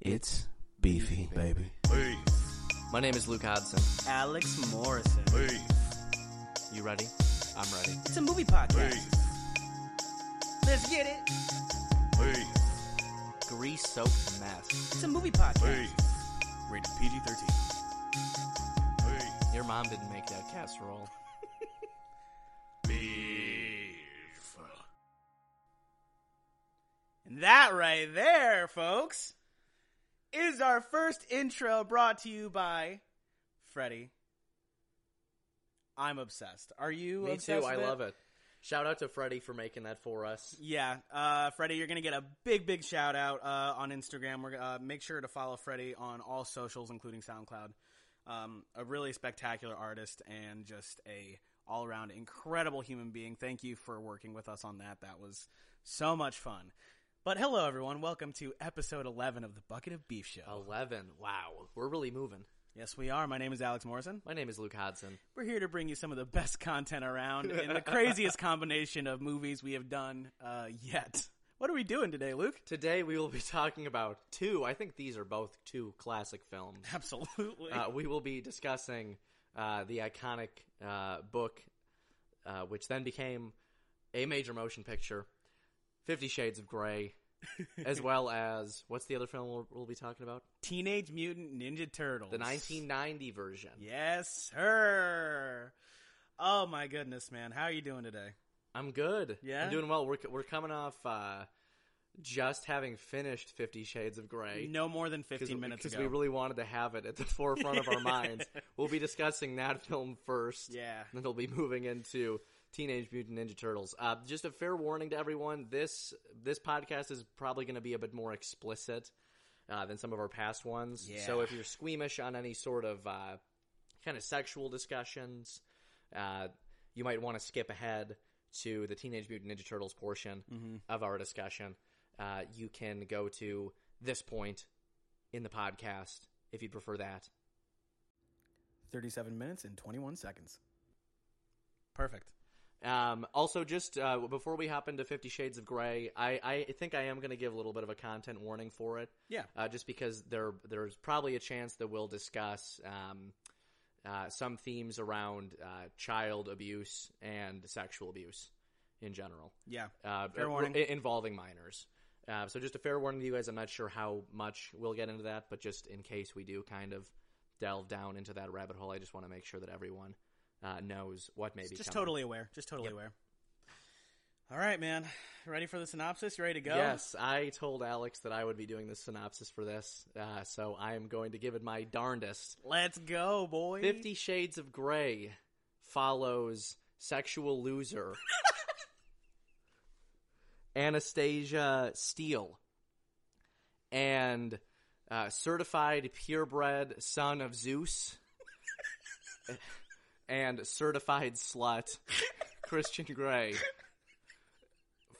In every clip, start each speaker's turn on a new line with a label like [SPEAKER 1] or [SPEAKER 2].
[SPEAKER 1] It's beefy, baby.
[SPEAKER 2] My name is Luke Hodson.
[SPEAKER 3] Alex Morrison.
[SPEAKER 2] You ready? I'm ready.
[SPEAKER 3] It's a movie podcast. Let's get it.
[SPEAKER 2] Grease soaked mess.
[SPEAKER 3] It's a movie podcast.
[SPEAKER 2] Rated PG 13. Your mom didn't make that casserole.
[SPEAKER 3] And that right there, folks, is our first intro brought to you by Freddie. I'm obsessed. Are you
[SPEAKER 2] Me
[SPEAKER 3] obsessed
[SPEAKER 2] too. I
[SPEAKER 3] with
[SPEAKER 2] love it. Shout out to Freddie for making that for us.
[SPEAKER 3] Yeah, uh, Freddie, you're gonna get a big, big shout out uh, on Instagram. We're uh, make sure to follow Freddie on all socials, including SoundCloud. Um, a really spectacular artist and just a all around incredible human being. Thank you for working with us on that. That was so much fun. But hello, everyone. Welcome to episode 11 of the Bucket of Beef Show.
[SPEAKER 2] 11. Wow. We're really moving.
[SPEAKER 3] Yes, we are. My name is Alex Morrison.
[SPEAKER 2] My name is Luke Hodson.
[SPEAKER 3] We're here to bring you some of the best content around and the craziest combination of movies we have done uh, yet. What are we doing today, Luke?
[SPEAKER 2] Today we will be talking about two, I think these are both two classic films.
[SPEAKER 3] Absolutely.
[SPEAKER 2] Uh, we will be discussing uh, the iconic uh, book, uh, which then became a major motion picture, Fifty Shades of Grey, as well as what's the other film we'll, we'll be talking about?
[SPEAKER 3] Teenage Mutant Ninja Turtles.
[SPEAKER 2] The 1990 version.
[SPEAKER 3] Yes, sir. Oh my goodness, man. How are you doing today?
[SPEAKER 2] I'm good.
[SPEAKER 3] Yeah?
[SPEAKER 2] I'm doing well. We're we're coming off uh, just having finished Fifty Shades of Grey.
[SPEAKER 3] No more than
[SPEAKER 2] Because
[SPEAKER 3] 15 minutes ago.
[SPEAKER 2] we really wanted to have it at the forefront of our minds. We'll be discussing that film first.
[SPEAKER 3] yeah.
[SPEAKER 2] And then they'll be moving into Teenage Mutant Ninja Turtles. Uh, just a fair warning to everyone: this this podcast is probably going to be a bit more explicit uh, than some of our past ones.
[SPEAKER 3] Yeah.
[SPEAKER 2] So if you're squeamish on any sort of uh, kind of sexual discussions, uh, you might want to skip ahead to the Teenage Mutant Ninja Turtles portion
[SPEAKER 3] Mm-hmm.
[SPEAKER 2] of our discussion. Uh, you can go to this point in the podcast if you'd prefer that.
[SPEAKER 3] 37 minutes and 21 seconds. Perfect.
[SPEAKER 2] Um, also, just uh, before we hop into Fifty Shades of Grey, I, I think I am going to give a little bit of a content warning for it,
[SPEAKER 3] Yeah.
[SPEAKER 2] uh, just because there there's probably a chance that we'll discuss um, uh, some themes around uh, child abuse and sexual abuse in general,
[SPEAKER 3] Yeah.
[SPEAKER 2] uh,
[SPEAKER 3] Fair
[SPEAKER 2] uh,
[SPEAKER 3] warning.
[SPEAKER 2] i- involving minors. Uh, so, just a fair warning to you guys. I'm not sure how much we'll get into that, but just in case we do kind of delve down into that rabbit hole, I just want to make sure that everyone uh, knows what may be
[SPEAKER 3] Just
[SPEAKER 2] coming.
[SPEAKER 3] totally aware. Just totally aware. All right, man. Ready for the synopsis? You ready to go?
[SPEAKER 2] Yes, I told Alex that I would be doing the synopsis for this, uh, so I am going to give it my darndest.
[SPEAKER 3] Let's go, boy.
[SPEAKER 2] Fifty Shades of Grey follows sexual loser Anastasia Steele and uh, certified purebred son of Zeus and certified slut Christian Grey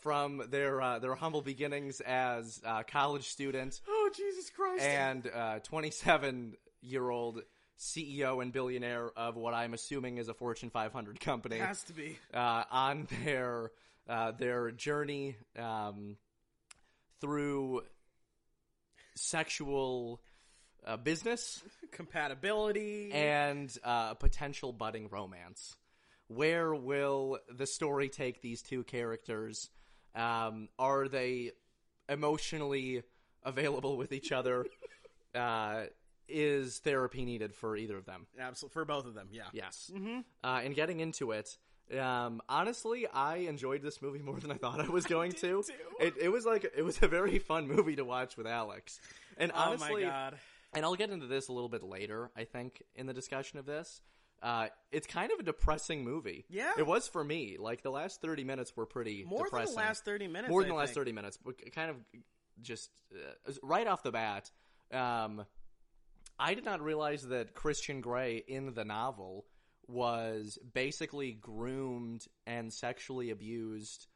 [SPEAKER 2] from their uh, their humble beginnings as uh, college student
[SPEAKER 3] Oh, Jesus Christ.
[SPEAKER 2] and uh, 27 year old CEO and billionaire of what I'm assuming is a Fortune 500 company
[SPEAKER 3] has to be.
[SPEAKER 2] uh, on their uh, their journey um, through sexual uh, business
[SPEAKER 3] Compatibility.
[SPEAKER 2] and uh, potential budding romance. Where will the story take these two characters? Um, are they emotionally available with each other? uh, is therapy needed for either of them?
[SPEAKER 3] Absolutely. For both of them, yeah.
[SPEAKER 2] Yes.
[SPEAKER 3] Mm-hmm.
[SPEAKER 2] Uh, and getting into it, um, honestly, I enjoyed this movie more than I thought I was going to. It, it was like it was a very fun movie to watch with Alex. And
[SPEAKER 3] Oh,
[SPEAKER 2] honestly,
[SPEAKER 3] my God.
[SPEAKER 2] and I'll get into this a little bit later, I think, in the discussion of this. Uh, it's kind of a depressing movie.
[SPEAKER 3] Yeah.
[SPEAKER 2] it was for me. Like the last thirty minutes were pretty
[SPEAKER 3] More
[SPEAKER 2] depressing.
[SPEAKER 3] than the last 30 minutes.
[SPEAKER 2] more than
[SPEAKER 3] I
[SPEAKER 2] the last
[SPEAKER 3] think.
[SPEAKER 2] thirty minutes, but kind of just uh, right off the bat. Um, I did not realize that Christian Grey in the novel was basically groomed and sexually abused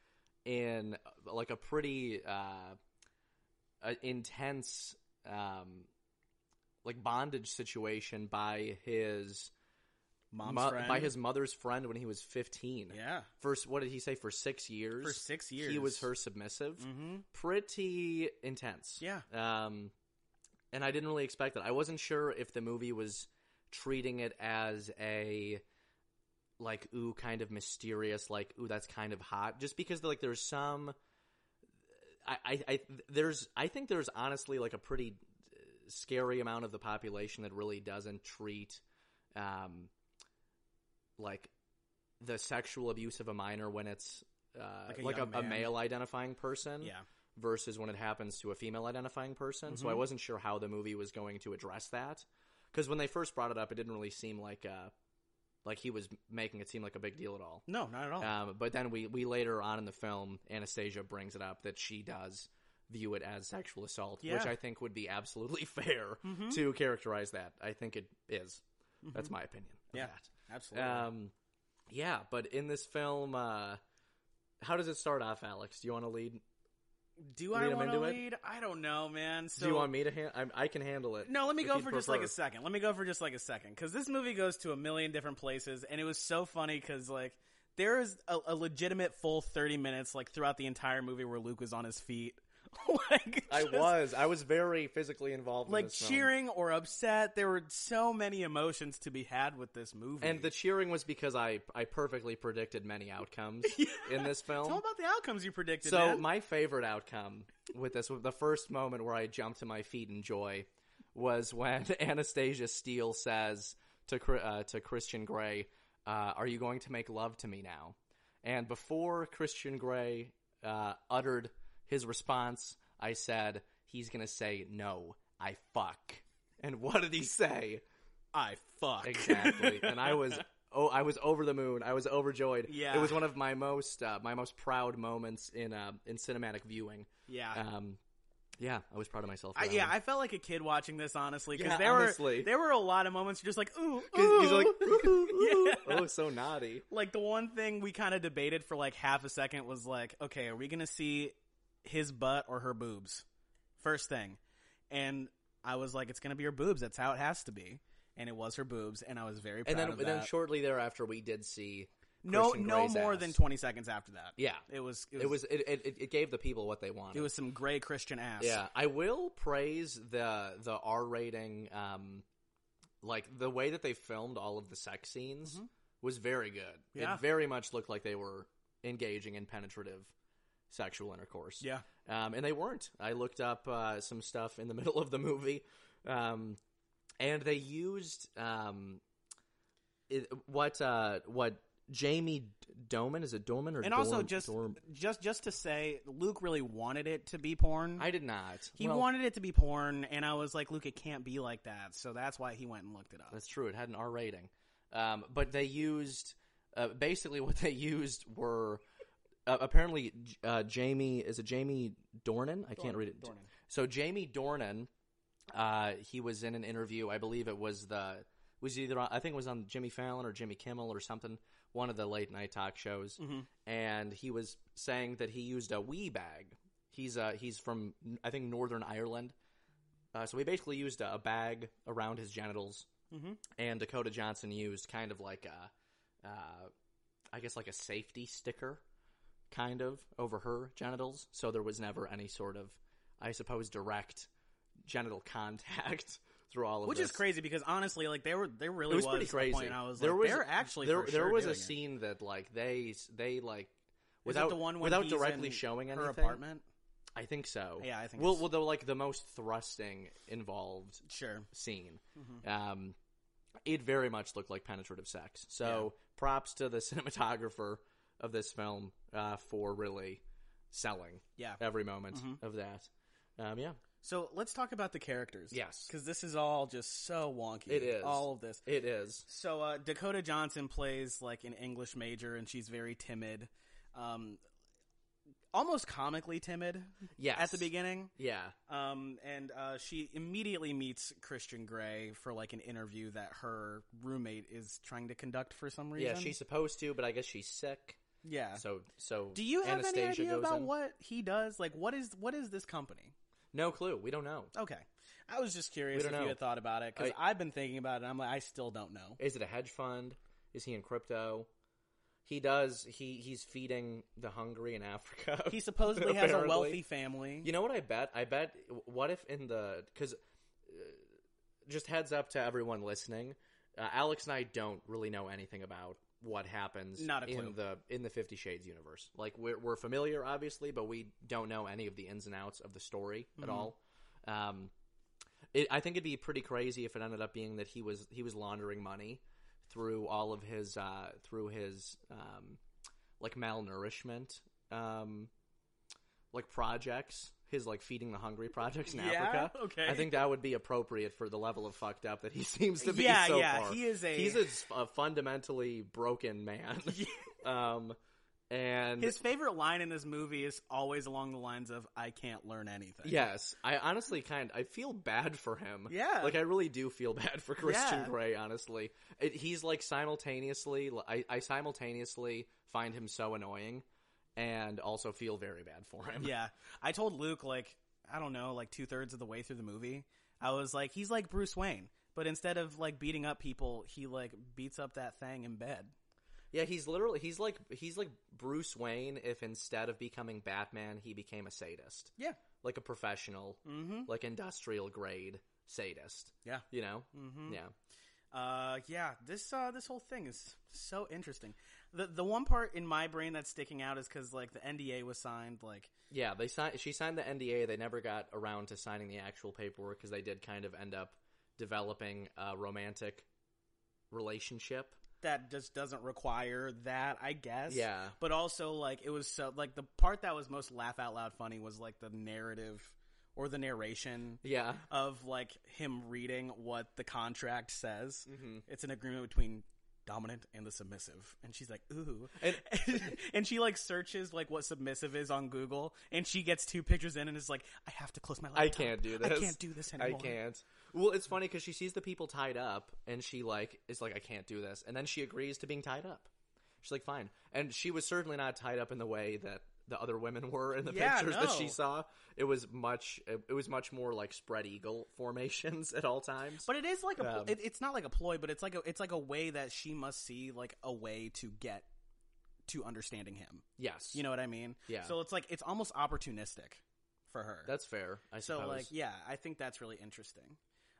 [SPEAKER 2] in uh, like a pretty uh, a intense um, like bondage situation by his
[SPEAKER 3] Mom's
[SPEAKER 2] mo-
[SPEAKER 3] friend.
[SPEAKER 2] by his mother's friend when he was 15.
[SPEAKER 3] Yeah.
[SPEAKER 2] First, what did he say? For six years.
[SPEAKER 3] For six
[SPEAKER 2] He was
[SPEAKER 3] years.
[SPEAKER 2] her submissive.
[SPEAKER 3] Mm-hmm.
[SPEAKER 2] Pretty intense.
[SPEAKER 3] Yeah.
[SPEAKER 2] Um, and I didn't really expect that. I wasn't sure if the movie was treating it as a like ooh kind of mysterious like ooh that's kind of hot just because like there's some I, I, I there's I think there's honestly like a pretty uh, scary amount of the population that really doesn't treat um like the sexual abuse of a minor when it's uh,
[SPEAKER 3] Like
[SPEAKER 2] like
[SPEAKER 3] a
[SPEAKER 2] a,
[SPEAKER 3] young
[SPEAKER 2] a
[SPEAKER 3] man.
[SPEAKER 2] male identifying person
[SPEAKER 3] Yeah.
[SPEAKER 2] versus when it happens to a female identifying person. So I
[SPEAKER 3] Mhm.
[SPEAKER 2] wasn't sure how the movie was going to address that because when they first brought it up, it didn't really seem like uh, like he was making it seem like a big deal at all.
[SPEAKER 3] No, not at all.
[SPEAKER 2] Um, but then we we later on in the film, Anastasia brings it up that she does view it as sexual assault, which
[SPEAKER 3] Yeah.
[SPEAKER 2] I think would be absolutely fair
[SPEAKER 3] Mhm.
[SPEAKER 2] to characterize that. I think it is. That's my opinion. Of
[SPEAKER 3] Mm-hmm. Yeah.
[SPEAKER 2] That.
[SPEAKER 3] Absolutely.
[SPEAKER 2] Um, yeah, but in this film, uh, how does it start off, Alex? Do you want to lead?
[SPEAKER 3] Do I
[SPEAKER 2] lead 'em
[SPEAKER 3] want to
[SPEAKER 2] into it?
[SPEAKER 3] lead? I don't know, man. So
[SPEAKER 2] Do you want me to hand? I'm, I can handle it.
[SPEAKER 3] No, let me
[SPEAKER 2] if
[SPEAKER 3] go
[SPEAKER 2] you'd
[SPEAKER 3] for just like a
[SPEAKER 2] prefer.
[SPEAKER 3] second. Let me go for just like a second because this movie goes to a million different places, and it was so funny because like there is a, a legitimate full thirty minutes like throughout the entire movie where Luke was on his feet. like
[SPEAKER 2] I
[SPEAKER 3] just,
[SPEAKER 2] was. I was very physically involved. in
[SPEAKER 3] like
[SPEAKER 2] this film.
[SPEAKER 3] cheering or upset. There were so many emotions to be had with this movie.
[SPEAKER 2] and the cheering was because I I perfectly predicted many outcomes in this film.
[SPEAKER 3] tell about the outcomes you predicted.
[SPEAKER 2] Oh. So
[SPEAKER 3] man.
[SPEAKER 2] my favorite outcome with this, the first moment where I jumped to my feet in joy, was when Anastasia Steele says to Chr- uh, to Christian Grey, uh, "Are you going to make love to me now?" And before Christian Grey uh, uttered his response, I said, "He's going to say no. I fuck." And what did he say?
[SPEAKER 3] I fuck
[SPEAKER 2] Exactly. and I was oh, I was over the moon. I was overjoyed.
[SPEAKER 3] Yeah.
[SPEAKER 2] it was one of my most uh, my most proud moments in uh, in cinematic viewing.
[SPEAKER 3] yeah.
[SPEAKER 2] Um, yeah, I was proud of myself. for
[SPEAKER 3] I,
[SPEAKER 2] that
[SPEAKER 3] yeah,
[SPEAKER 2] one.
[SPEAKER 3] I felt like a kid watching this honestly because
[SPEAKER 2] Yeah,
[SPEAKER 3] there
[SPEAKER 2] honestly.
[SPEAKER 3] were there were a lot of moments you're just like ooh,
[SPEAKER 2] 'Cause he's like,
[SPEAKER 3] ooh.
[SPEAKER 2] "Ooh, ooh,
[SPEAKER 3] Yeah.
[SPEAKER 2] oh, so naughty.
[SPEAKER 3] like the one thing we kind of debated for like half a second was like, okay, are we gonna see his butt or her boobs? First thing, and I was like, it's gonna be her boobs. That's how it has to be. And it was her boobs, and I was very proud
[SPEAKER 2] And then,
[SPEAKER 3] of
[SPEAKER 2] and
[SPEAKER 3] that.
[SPEAKER 2] then shortly thereafter, we did see
[SPEAKER 3] no,
[SPEAKER 2] Christian
[SPEAKER 3] no
[SPEAKER 2] Grey's
[SPEAKER 3] more
[SPEAKER 2] ass.
[SPEAKER 3] than twenty seconds after that.
[SPEAKER 2] Yeah,
[SPEAKER 3] It was. It was.
[SPEAKER 2] it was it it, it- it gave the people what they wanted.
[SPEAKER 3] it was some gray Christian ass.
[SPEAKER 2] yeah. I will praise the the R rating, um, like the way that they filmed all of the sex scenes was very good.
[SPEAKER 3] Mm-hmm. Yeah.
[SPEAKER 2] It very much looked like they were engaging in penetrative sexual intercourse.
[SPEAKER 3] yeah.
[SPEAKER 2] um, and they weren't. I looked up uh, some stuff in the middle of the movie, um, and they used um, it, what uh, what Jamie Doman is it Doman or
[SPEAKER 3] And also,
[SPEAKER 2] Dorm-
[SPEAKER 3] just
[SPEAKER 2] Dorm-
[SPEAKER 3] just just to say, Luke really wanted it to be porn.
[SPEAKER 2] I did not.
[SPEAKER 3] he
[SPEAKER 2] Well,
[SPEAKER 3] wanted it to be porn, and I was like, Luke, it can't be like that. So that's why he went and looked it up.
[SPEAKER 2] That's true. It had an R rating, um, but they used uh, basically what they used were uh, apparently J- uh, Jamie is it Jamie Dornan? I can't read it.
[SPEAKER 3] Dornan.
[SPEAKER 2] So Jamie Dornan, uh, he was in an interview. I believe it was the was either on, I think it was on Jimmy Fallon or Jimmy Kimmel or something, one of the late night talk shows, and he was saying that he used a wee bag. He's uh he's from I think Northern Ireland, uh, so he basically used a, a bag around his genitals,
[SPEAKER 3] Mm-hmm.
[SPEAKER 2] and Dakota Johnson used kind of like a, uh, I guess like a safety sticker, kind of over her genitals, so there was never any sort of, I suppose, direct genital contact through all of
[SPEAKER 3] which
[SPEAKER 2] this.
[SPEAKER 3] is crazy because honestly, like they were, they really
[SPEAKER 2] It was,
[SPEAKER 3] was,
[SPEAKER 2] pretty
[SPEAKER 3] the
[SPEAKER 2] crazy.
[SPEAKER 3] Point, I was there like, they're actually
[SPEAKER 2] there,
[SPEAKER 3] for
[SPEAKER 2] there
[SPEAKER 3] sure
[SPEAKER 2] was
[SPEAKER 3] doing
[SPEAKER 2] a
[SPEAKER 3] it.
[SPEAKER 2] scene that like they they like
[SPEAKER 3] Is it
[SPEAKER 2] without
[SPEAKER 3] the one when
[SPEAKER 2] without
[SPEAKER 3] he's
[SPEAKER 2] directly
[SPEAKER 3] in
[SPEAKER 2] showing
[SPEAKER 3] her
[SPEAKER 2] anything.
[SPEAKER 3] apartment.
[SPEAKER 2] I think so.
[SPEAKER 3] Yeah, I think
[SPEAKER 2] Well,
[SPEAKER 3] it's-
[SPEAKER 2] well, though, like the most thrusting involved
[SPEAKER 3] Sure,
[SPEAKER 2] scene.
[SPEAKER 3] Mm-hmm.
[SPEAKER 2] Um, it very much looked like penetrative sex. So props to the cinematographer of this film uh, for really selling
[SPEAKER 3] yeah.
[SPEAKER 2] every moment
[SPEAKER 3] Mm-hmm.
[SPEAKER 2] of that. Um, yeah,
[SPEAKER 3] So let's talk about the characters.
[SPEAKER 2] Yes.
[SPEAKER 3] because this is all just so wonky.
[SPEAKER 2] It is.
[SPEAKER 3] all of this.
[SPEAKER 2] it is.
[SPEAKER 3] So uh, Dakota Johnson plays like an English major, and she's very timid, um, almost comically timid
[SPEAKER 2] Yes.
[SPEAKER 3] at the beginning.
[SPEAKER 2] Yeah,
[SPEAKER 3] Um, and uh, she immediately meets Christian Grey for like an interview that her roommate is trying to conduct for some reason.
[SPEAKER 2] yeah. She's supposed to, but I guess she's sick.
[SPEAKER 3] yeah.
[SPEAKER 2] So, so
[SPEAKER 3] Do you have
[SPEAKER 2] Anastasia
[SPEAKER 3] any idea
[SPEAKER 2] goes
[SPEAKER 3] about
[SPEAKER 2] in.
[SPEAKER 3] what he does? Like, what is what is this company?
[SPEAKER 2] No clue. We don't know.
[SPEAKER 3] Okay, I was just curious
[SPEAKER 2] We
[SPEAKER 3] if
[SPEAKER 2] don't
[SPEAKER 3] you
[SPEAKER 2] know.
[SPEAKER 3] had thought about it because I've been thinking about it. and I'm like, I still don't know.
[SPEAKER 2] Is it a hedge fund? Is he in crypto? He does. He he's feeding the hungry in Africa.
[SPEAKER 3] He supposedly has a
[SPEAKER 2] apparently.
[SPEAKER 3] wealthy family.
[SPEAKER 2] You know what I bet? I bet. What if in the because just heads up to everyone listening. Uh, Alex and I don't really know anything about what happens
[SPEAKER 3] Not a clue.
[SPEAKER 2] in the in the Fifty Shades universe. Like we're we're familiar, obviously, but we don't know any of the ins and outs of the story at
[SPEAKER 3] Mhm.
[SPEAKER 2] all. Um, it, I think it'd be pretty crazy if it ended up being that he was he was laundering money through all of his uh, through his um, like malnourishment um, like projects, his like feeding the hungry projects in Africa.
[SPEAKER 3] Okay.
[SPEAKER 2] I think that would be appropriate for the level of fucked up that he seems to be
[SPEAKER 3] yeah,
[SPEAKER 2] so
[SPEAKER 3] yeah.
[SPEAKER 2] far.
[SPEAKER 3] He is a.
[SPEAKER 2] He's a, s- a fundamentally broken man. um, and
[SPEAKER 3] his favorite line in this movie is always along the lines of "I can't learn anything."
[SPEAKER 2] yes, I honestly kind I feel bad for him.
[SPEAKER 3] Yeah.
[SPEAKER 2] Like I really do feel bad for Christian
[SPEAKER 3] Yeah.
[SPEAKER 2] Grey. Honestly, it, he's like simultaneously. I, I simultaneously find him so annoying, and also feel very bad for him.
[SPEAKER 3] yeah. I told Luke like I don't know, like two thirds of the way through the movie, I was like, he's like Bruce Wayne, but instead of like beating up people, he like beats up that thing in bed.
[SPEAKER 2] Yeah, he's literally he's like he's like Bruce Wayne if instead of becoming Batman, he became a sadist.
[SPEAKER 3] Yeah.
[SPEAKER 2] Like a profestional,
[SPEAKER 3] Mm-hmm.
[SPEAKER 2] like industrial grade sadist.
[SPEAKER 3] Yeah.
[SPEAKER 2] You know?
[SPEAKER 3] Mm-hmm.
[SPEAKER 2] Yeah.
[SPEAKER 3] Uh, yeah. This uh, this whole thing is so interesting. The the one part in my brain that's sticking out is because like the NDA was signed. Like,
[SPEAKER 2] Yeah, they signed she signed the NDA. They never got around to signing the actual paperwork cuz they did kind of end up developing a romantic relationship.
[SPEAKER 3] that just doesn't require that, I guess.
[SPEAKER 2] Yeah.
[SPEAKER 3] But also, like, it was so like the part that was most laugh out loud funny was like the narrative or the narration
[SPEAKER 2] Yeah.
[SPEAKER 3] of like him reading what the contract says.
[SPEAKER 2] Mhm.
[SPEAKER 3] It's an agreement between dominant and the submissive, and she's like, ooh,
[SPEAKER 2] And-
[SPEAKER 3] and she like searches like what submissive is on Google, and she gets two pictures in and is like, I have to close my laptop.
[SPEAKER 2] I can't do this.
[SPEAKER 3] I can't do this anymore.
[SPEAKER 2] I can't. Well, it's funny cuz she sees the people tied up and she like is like I can't do this and then she agrees to being tied up. She's like fine. And she was certainly not tied up in the way that the other women were in the
[SPEAKER 3] Yeah,
[SPEAKER 2] pictures that she
[SPEAKER 3] no.
[SPEAKER 2] saw. It was much it, it was much more like spread eagle formations at all times.
[SPEAKER 3] But it is like a. pl-
[SPEAKER 2] Um,
[SPEAKER 3] it, it's not like a ploy, but it's like a. It's like a way that she must see like a way to get to understanding him.
[SPEAKER 2] yes.
[SPEAKER 3] You know what I mean?
[SPEAKER 2] Yeah.
[SPEAKER 3] So it's like it's almost opportunistic for her.
[SPEAKER 2] That's fair. I
[SPEAKER 3] so
[SPEAKER 2] suppose.
[SPEAKER 3] like yeah, I think that's really interesting.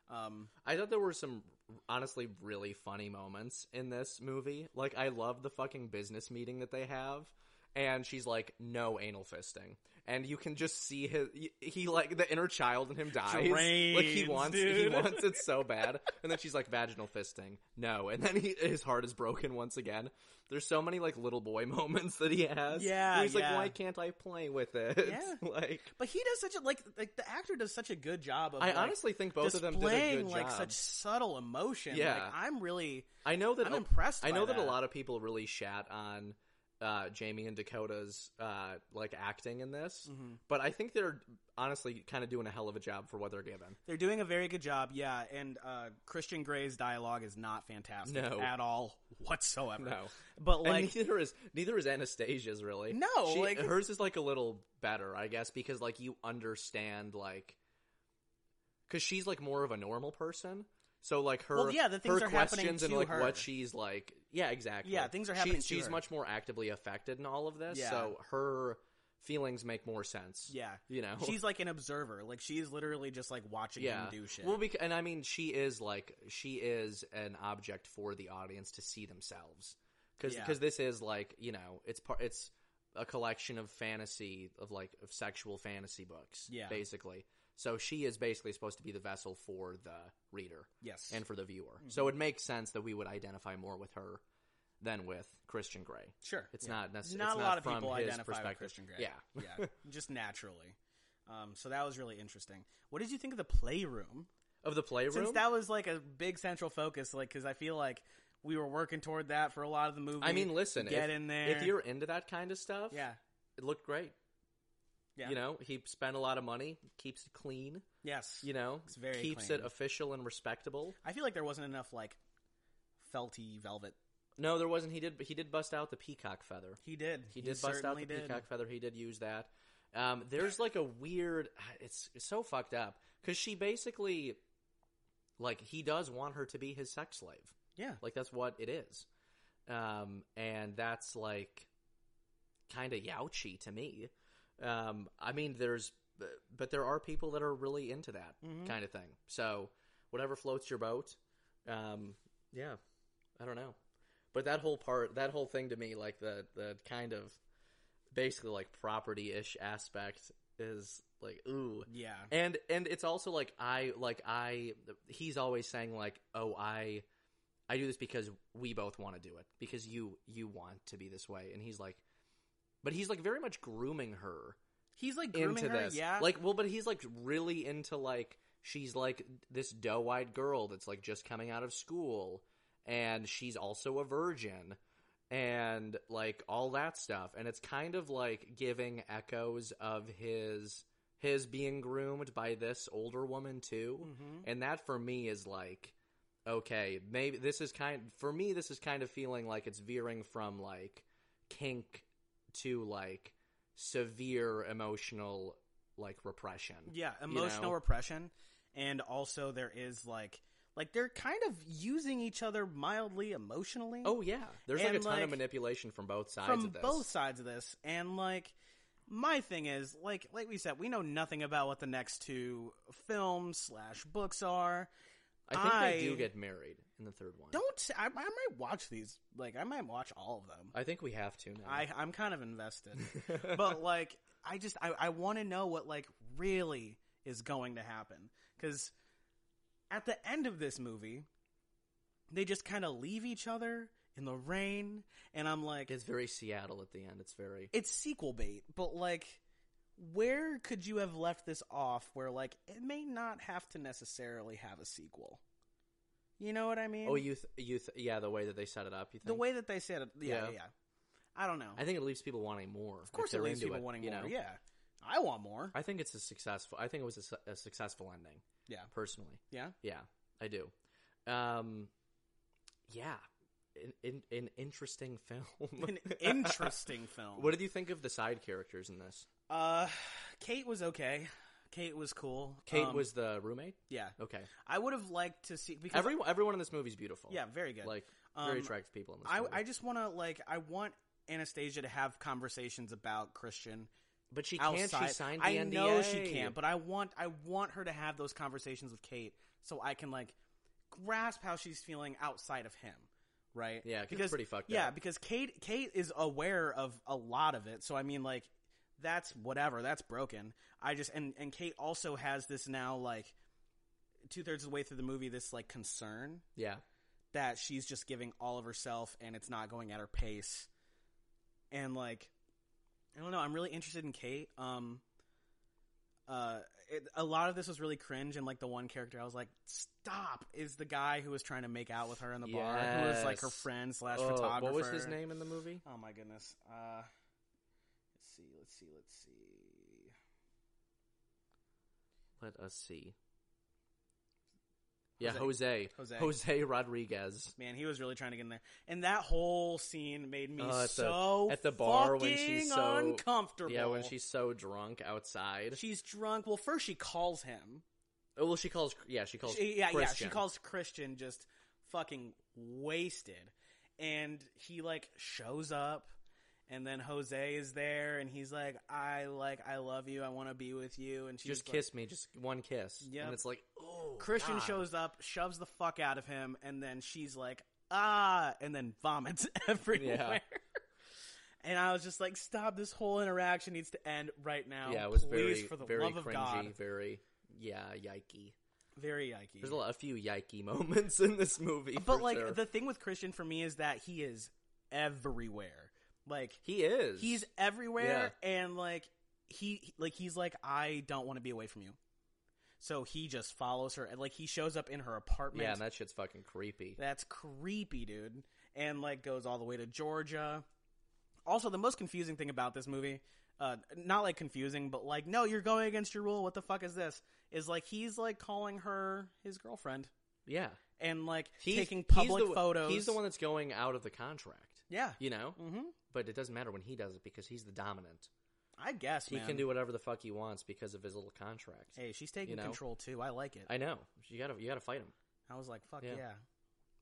[SPEAKER 3] Um,
[SPEAKER 2] I thought there were some honestly really funny moments in this movie. Like I love the fucking business meeting that they have and she's like no anal fisting. And you can just see his he like the inner child in him dies. like he
[SPEAKER 3] Drains,
[SPEAKER 2] wants
[SPEAKER 3] dude.
[SPEAKER 2] he wants it so bad. And then she's like vaginal fisting. No. And then he, his heart is broken once again. There's so many like little boy moments that he has.
[SPEAKER 3] Yeah,
[SPEAKER 2] And he's
[SPEAKER 3] yeah.
[SPEAKER 2] like why can't I play with it?
[SPEAKER 3] Yeah.
[SPEAKER 2] like
[SPEAKER 3] But he does such a like like the actor does such a good job of
[SPEAKER 2] I
[SPEAKER 3] like,
[SPEAKER 2] honestly think both of them did a
[SPEAKER 3] displaying
[SPEAKER 2] good
[SPEAKER 3] like
[SPEAKER 2] job.
[SPEAKER 3] such subtle emotion.
[SPEAKER 2] Yeah.
[SPEAKER 3] like, I'm really
[SPEAKER 2] I know that
[SPEAKER 3] I'm
[SPEAKER 2] a-
[SPEAKER 3] impressed.
[SPEAKER 2] I
[SPEAKER 3] by
[SPEAKER 2] know that. a lot of people really shat on uh, Jamie and Dakota's uh, like acting in this,
[SPEAKER 3] Mhm.
[SPEAKER 2] but I think they're honestly kind of doing a hell of a job for what they're given.
[SPEAKER 3] They're doing a very good job, yeah. And uh, Christian Gray's dialogue is not fantastic
[SPEAKER 2] No.
[SPEAKER 3] at all whatsoever.
[SPEAKER 2] No,
[SPEAKER 3] But
[SPEAKER 2] and
[SPEAKER 3] like,
[SPEAKER 2] neither is neither is Anastasia's really.
[SPEAKER 3] No,
[SPEAKER 2] She-
[SPEAKER 3] like-
[SPEAKER 2] hers is like a little better, I guess, because like you understand like because she's like more of a normal person. So like her,
[SPEAKER 3] Well, yeah, the things
[SPEAKER 2] her
[SPEAKER 3] are happening
[SPEAKER 2] questions and
[SPEAKER 3] to
[SPEAKER 2] like
[SPEAKER 3] her.
[SPEAKER 2] what she's like, yeah, exactly.
[SPEAKER 3] Yeah, things are
[SPEAKER 2] She-
[SPEAKER 3] happening to
[SPEAKER 2] she's
[SPEAKER 3] her.
[SPEAKER 2] much more actively affected in all of this.
[SPEAKER 3] Yeah.
[SPEAKER 2] So her feelings make more sense.
[SPEAKER 3] yeah,
[SPEAKER 2] you know,
[SPEAKER 3] she's like an observer. Like she's literally just like watching
[SPEAKER 2] yeah.
[SPEAKER 3] him do shit.
[SPEAKER 2] Well, because, and I mean, she is like she is an object for the audience to see themselves because
[SPEAKER 3] Yeah.
[SPEAKER 2] this is like you know it's part it's a collection of fantasy of like of sexual fantasy books,
[SPEAKER 3] Yeah.
[SPEAKER 2] basically. So she is basically supposed to be the vessel for the reader
[SPEAKER 3] yes,
[SPEAKER 2] and for the viewer.
[SPEAKER 3] Mm-hmm.
[SPEAKER 2] So it makes sense that we would identify more with her than with Christian Grey.
[SPEAKER 3] sure,
[SPEAKER 2] It's
[SPEAKER 3] yeah.
[SPEAKER 2] not necessarily
[SPEAKER 3] Not a lot of people
[SPEAKER 2] his
[SPEAKER 3] identify with
[SPEAKER 2] perspective.
[SPEAKER 3] Christian Grey.
[SPEAKER 2] Yeah,
[SPEAKER 3] yeah, just naturally. Um, so that was really interesting. What did you think of the playroom?
[SPEAKER 2] of the playroom.
[SPEAKER 3] Since that was like a big central focus, like because I feel like we were working toward that for a lot of the movie.
[SPEAKER 2] I mean, listen,
[SPEAKER 3] get
[SPEAKER 2] if,
[SPEAKER 3] in there.
[SPEAKER 2] if you're into that kind of stuff,
[SPEAKER 3] yeah,
[SPEAKER 2] it looked great.
[SPEAKER 3] yeah,
[SPEAKER 2] You know, he spent a lot of money, keeps it clean,
[SPEAKER 3] yes,
[SPEAKER 2] you know,
[SPEAKER 3] It's very
[SPEAKER 2] keeps
[SPEAKER 3] clean.
[SPEAKER 2] it official and respectable.
[SPEAKER 3] I feel like there wasn't enough like felty velvet.
[SPEAKER 2] No, there wasn't. He did he did bust out the peacock feather.
[SPEAKER 3] He did.
[SPEAKER 2] He did bust out the peacock feather. He did use that. Um, there's like a weird. It's, it's so fucked up because she basically, like, he does want her to be his sex slave.
[SPEAKER 3] Yeah.
[SPEAKER 2] Like that's what it is. Um, and that's like kind of youchy to me. Um, I mean, there's, but there are people that are really into that
[SPEAKER 3] Mhm.
[SPEAKER 2] kind of thing. So whatever floats your boat. Um, yeah, I don't know, but that whole part, that whole thing to me, like the the kind of basically like property ish aspect is like ooh,
[SPEAKER 3] Yeah.
[SPEAKER 2] and and it's also like I like I he's always saying like oh I I do this because we both want to do it because you you want to be this way and he's like but he's like very much grooming her
[SPEAKER 3] He's like grooming
[SPEAKER 2] into
[SPEAKER 3] her.
[SPEAKER 2] this.
[SPEAKER 3] Yeah.
[SPEAKER 2] Like, well, but he's like really into like she's like this doe-eyed girl that's like just coming out of school, and she's also a virgin, and like all that stuff, and it's kind of like giving echoes of his his being groomed by this older woman too,
[SPEAKER 3] Mhm.
[SPEAKER 2] and that for me is like. Okay, maybe this is kind for me this is kind of feeling like it's veering from like kink to like severe emotional like repression.
[SPEAKER 3] Yeah, emotional
[SPEAKER 2] know?
[SPEAKER 3] repression, and also there is like like they're kind of using each other mildly emotionally.
[SPEAKER 2] Oh yeah, there's like
[SPEAKER 3] And,
[SPEAKER 2] a ton
[SPEAKER 3] like,
[SPEAKER 2] of manipulation from both sides
[SPEAKER 3] from
[SPEAKER 2] of this.
[SPEAKER 3] both sides of this, and like my thing is like like we said, we know nothing about what the next two films slash books are.
[SPEAKER 2] I think
[SPEAKER 3] I-
[SPEAKER 2] they do get married in the third one.
[SPEAKER 3] Don't I, I might watch these? Like I might watch all of them.
[SPEAKER 2] I think we have to now.
[SPEAKER 3] I I'm kind of invested, but like I just I, I want to know what like really is going to happen because at the end of this movie, they just kind of leave each other in the rain, and I'm like,
[SPEAKER 2] it's very Seattle at the end. It's very
[SPEAKER 3] it's sequel bait, but like. Where could you have left this off where like it may not have to necessarily have a sequel? You know what I mean?
[SPEAKER 2] oh you th- you th- yeah the way that they set it up. You think?
[SPEAKER 3] the way that they said it, yeah, yeah.
[SPEAKER 2] Yeah.
[SPEAKER 3] yeah. I don't know.
[SPEAKER 2] I think it leaves people wanting more.
[SPEAKER 3] Of course, it leaves people wanting more. Yeah, I want more.
[SPEAKER 2] I think it's a successful. I think it was a su- a, successful ending.
[SPEAKER 3] Yeah.
[SPEAKER 2] personally.
[SPEAKER 3] Yeah.
[SPEAKER 2] yeah, I do. Um, yeah, an, an, an interesting film.
[SPEAKER 3] An interesting film.
[SPEAKER 2] what did you think of the side characters in this?
[SPEAKER 3] uh, Kate was okay. Kate was cool.
[SPEAKER 2] Kate
[SPEAKER 3] Um,
[SPEAKER 2] was the roommate.
[SPEAKER 3] yeah.
[SPEAKER 2] Okay,
[SPEAKER 3] I would have liked to see because
[SPEAKER 2] everyone everyone in this movie is beautiful.
[SPEAKER 3] yeah, very good.
[SPEAKER 2] like very
[SPEAKER 3] Um,
[SPEAKER 2] attractive people in this.
[SPEAKER 3] I
[SPEAKER 2] movie.
[SPEAKER 3] I just want to like I want Anastasia to have conversations about Christian
[SPEAKER 2] but she can't.
[SPEAKER 3] outside.
[SPEAKER 2] She signed the
[SPEAKER 3] I
[SPEAKER 2] NDA.
[SPEAKER 3] know she can't, but I want I want her to have those conversations with Kate so I can like grasp how she's feeling outside of him, right?
[SPEAKER 2] Yeah, 'cause it's pretty fucked
[SPEAKER 3] Yeah,
[SPEAKER 2] up.
[SPEAKER 3] because Kate Kate is aware of a lot of it. So I mean, like that's whatever that's broken. I just and and Kate also has this now like two thirds of the way through the movie this like concern
[SPEAKER 2] yeah,
[SPEAKER 3] that she's just giving all of herself and it's not going at her pace. And like I don't know, I'm really interested in Kate. Um uh it, a lot of this was really cringe and like the one character I was like, "Stop." Is the guy who was trying to make out with her in the bar who was like her
[SPEAKER 2] Yes.
[SPEAKER 3] friend slash
[SPEAKER 2] Oh,
[SPEAKER 3] photographer.
[SPEAKER 2] what was his name in the movie?
[SPEAKER 3] Oh my goodness. Uh let's see, let's see, let's see.
[SPEAKER 2] Let us see. Yeah,
[SPEAKER 3] Jose.
[SPEAKER 2] Jose.
[SPEAKER 3] Jose.
[SPEAKER 2] Rodriguez.
[SPEAKER 3] Man, he was really trying to get in there, and that whole scene made me
[SPEAKER 2] Oh, at the-
[SPEAKER 3] so
[SPEAKER 2] at the bar when
[SPEAKER 3] fucking
[SPEAKER 2] she's so-
[SPEAKER 3] uncomfortable.
[SPEAKER 2] Yeah, when she's so drunk outside.
[SPEAKER 3] she's drunk. Well, first she calls him.
[SPEAKER 2] oh, well, she calls. Yeah, she calls.
[SPEAKER 3] She, yeah, yeah, she
[SPEAKER 2] Christian.
[SPEAKER 3] calls Christian just fucking wasted, and he like shows up, and then Jose is there, and he's like, "I like, I love you, I want to be with you," and she's
[SPEAKER 2] Just
[SPEAKER 3] like-
[SPEAKER 2] kiss me. Just one kiss.
[SPEAKER 3] Yep.
[SPEAKER 2] And it's like, oh,
[SPEAKER 3] Christian
[SPEAKER 2] God.
[SPEAKER 3] shows up, shoves the fuck out of him, and then she's like, ah, and then vomits everywhere. and I was just like, stop, this whole interaction needs to end right now.
[SPEAKER 2] Yeah, it was
[SPEAKER 3] Please,
[SPEAKER 2] very,
[SPEAKER 3] for the
[SPEAKER 2] very
[SPEAKER 3] love
[SPEAKER 2] cringy.
[SPEAKER 3] of God.
[SPEAKER 2] Very, yeah, yikey.
[SPEAKER 3] Very yucky.
[SPEAKER 2] There's a, lot, a few yikey moments in this movie.
[SPEAKER 3] but
[SPEAKER 2] for
[SPEAKER 3] like,
[SPEAKER 2] sure.
[SPEAKER 3] the thing with Christian for me is that he is everywhere. Like,
[SPEAKER 2] he is.
[SPEAKER 3] he's everywhere, and like, he, like, he's like, I don't want to be away from you. So he just follows her, and like, he shows up in her apartment.
[SPEAKER 2] yeah, and that shit's fucking creepy.
[SPEAKER 3] That's creepy, dude. And like goes all the way to Georgia. Also, the most confusing thing about this movie, uh, not like confusing, but like, no, you're going against your rule. What the fuck is this? Is like he's like calling her his girlfriend
[SPEAKER 2] Yeah,
[SPEAKER 3] and like
[SPEAKER 2] he's
[SPEAKER 3] taking
[SPEAKER 2] he's
[SPEAKER 3] public
[SPEAKER 2] the-
[SPEAKER 3] photos.
[SPEAKER 2] He's the one that's going out of the contract.
[SPEAKER 3] Yeah.
[SPEAKER 2] You know,
[SPEAKER 3] Mm-hmm.
[SPEAKER 2] but it doesn't matter when he does it because he's the dominant.
[SPEAKER 3] I guess
[SPEAKER 2] He
[SPEAKER 3] man.
[SPEAKER 2] can do whatever the fuck he wants because of his little contract.
[SPEAKER 3] Hey, she's taking
[SPEAKER 2] you know?
[SPEAKER 3] control too. I like it. I,
[SPEAKER 2] I know you gotta you gotta fight him.
[SPEAKER 3] was like, fuck yeah.
[SPEAKER 2] Yeah.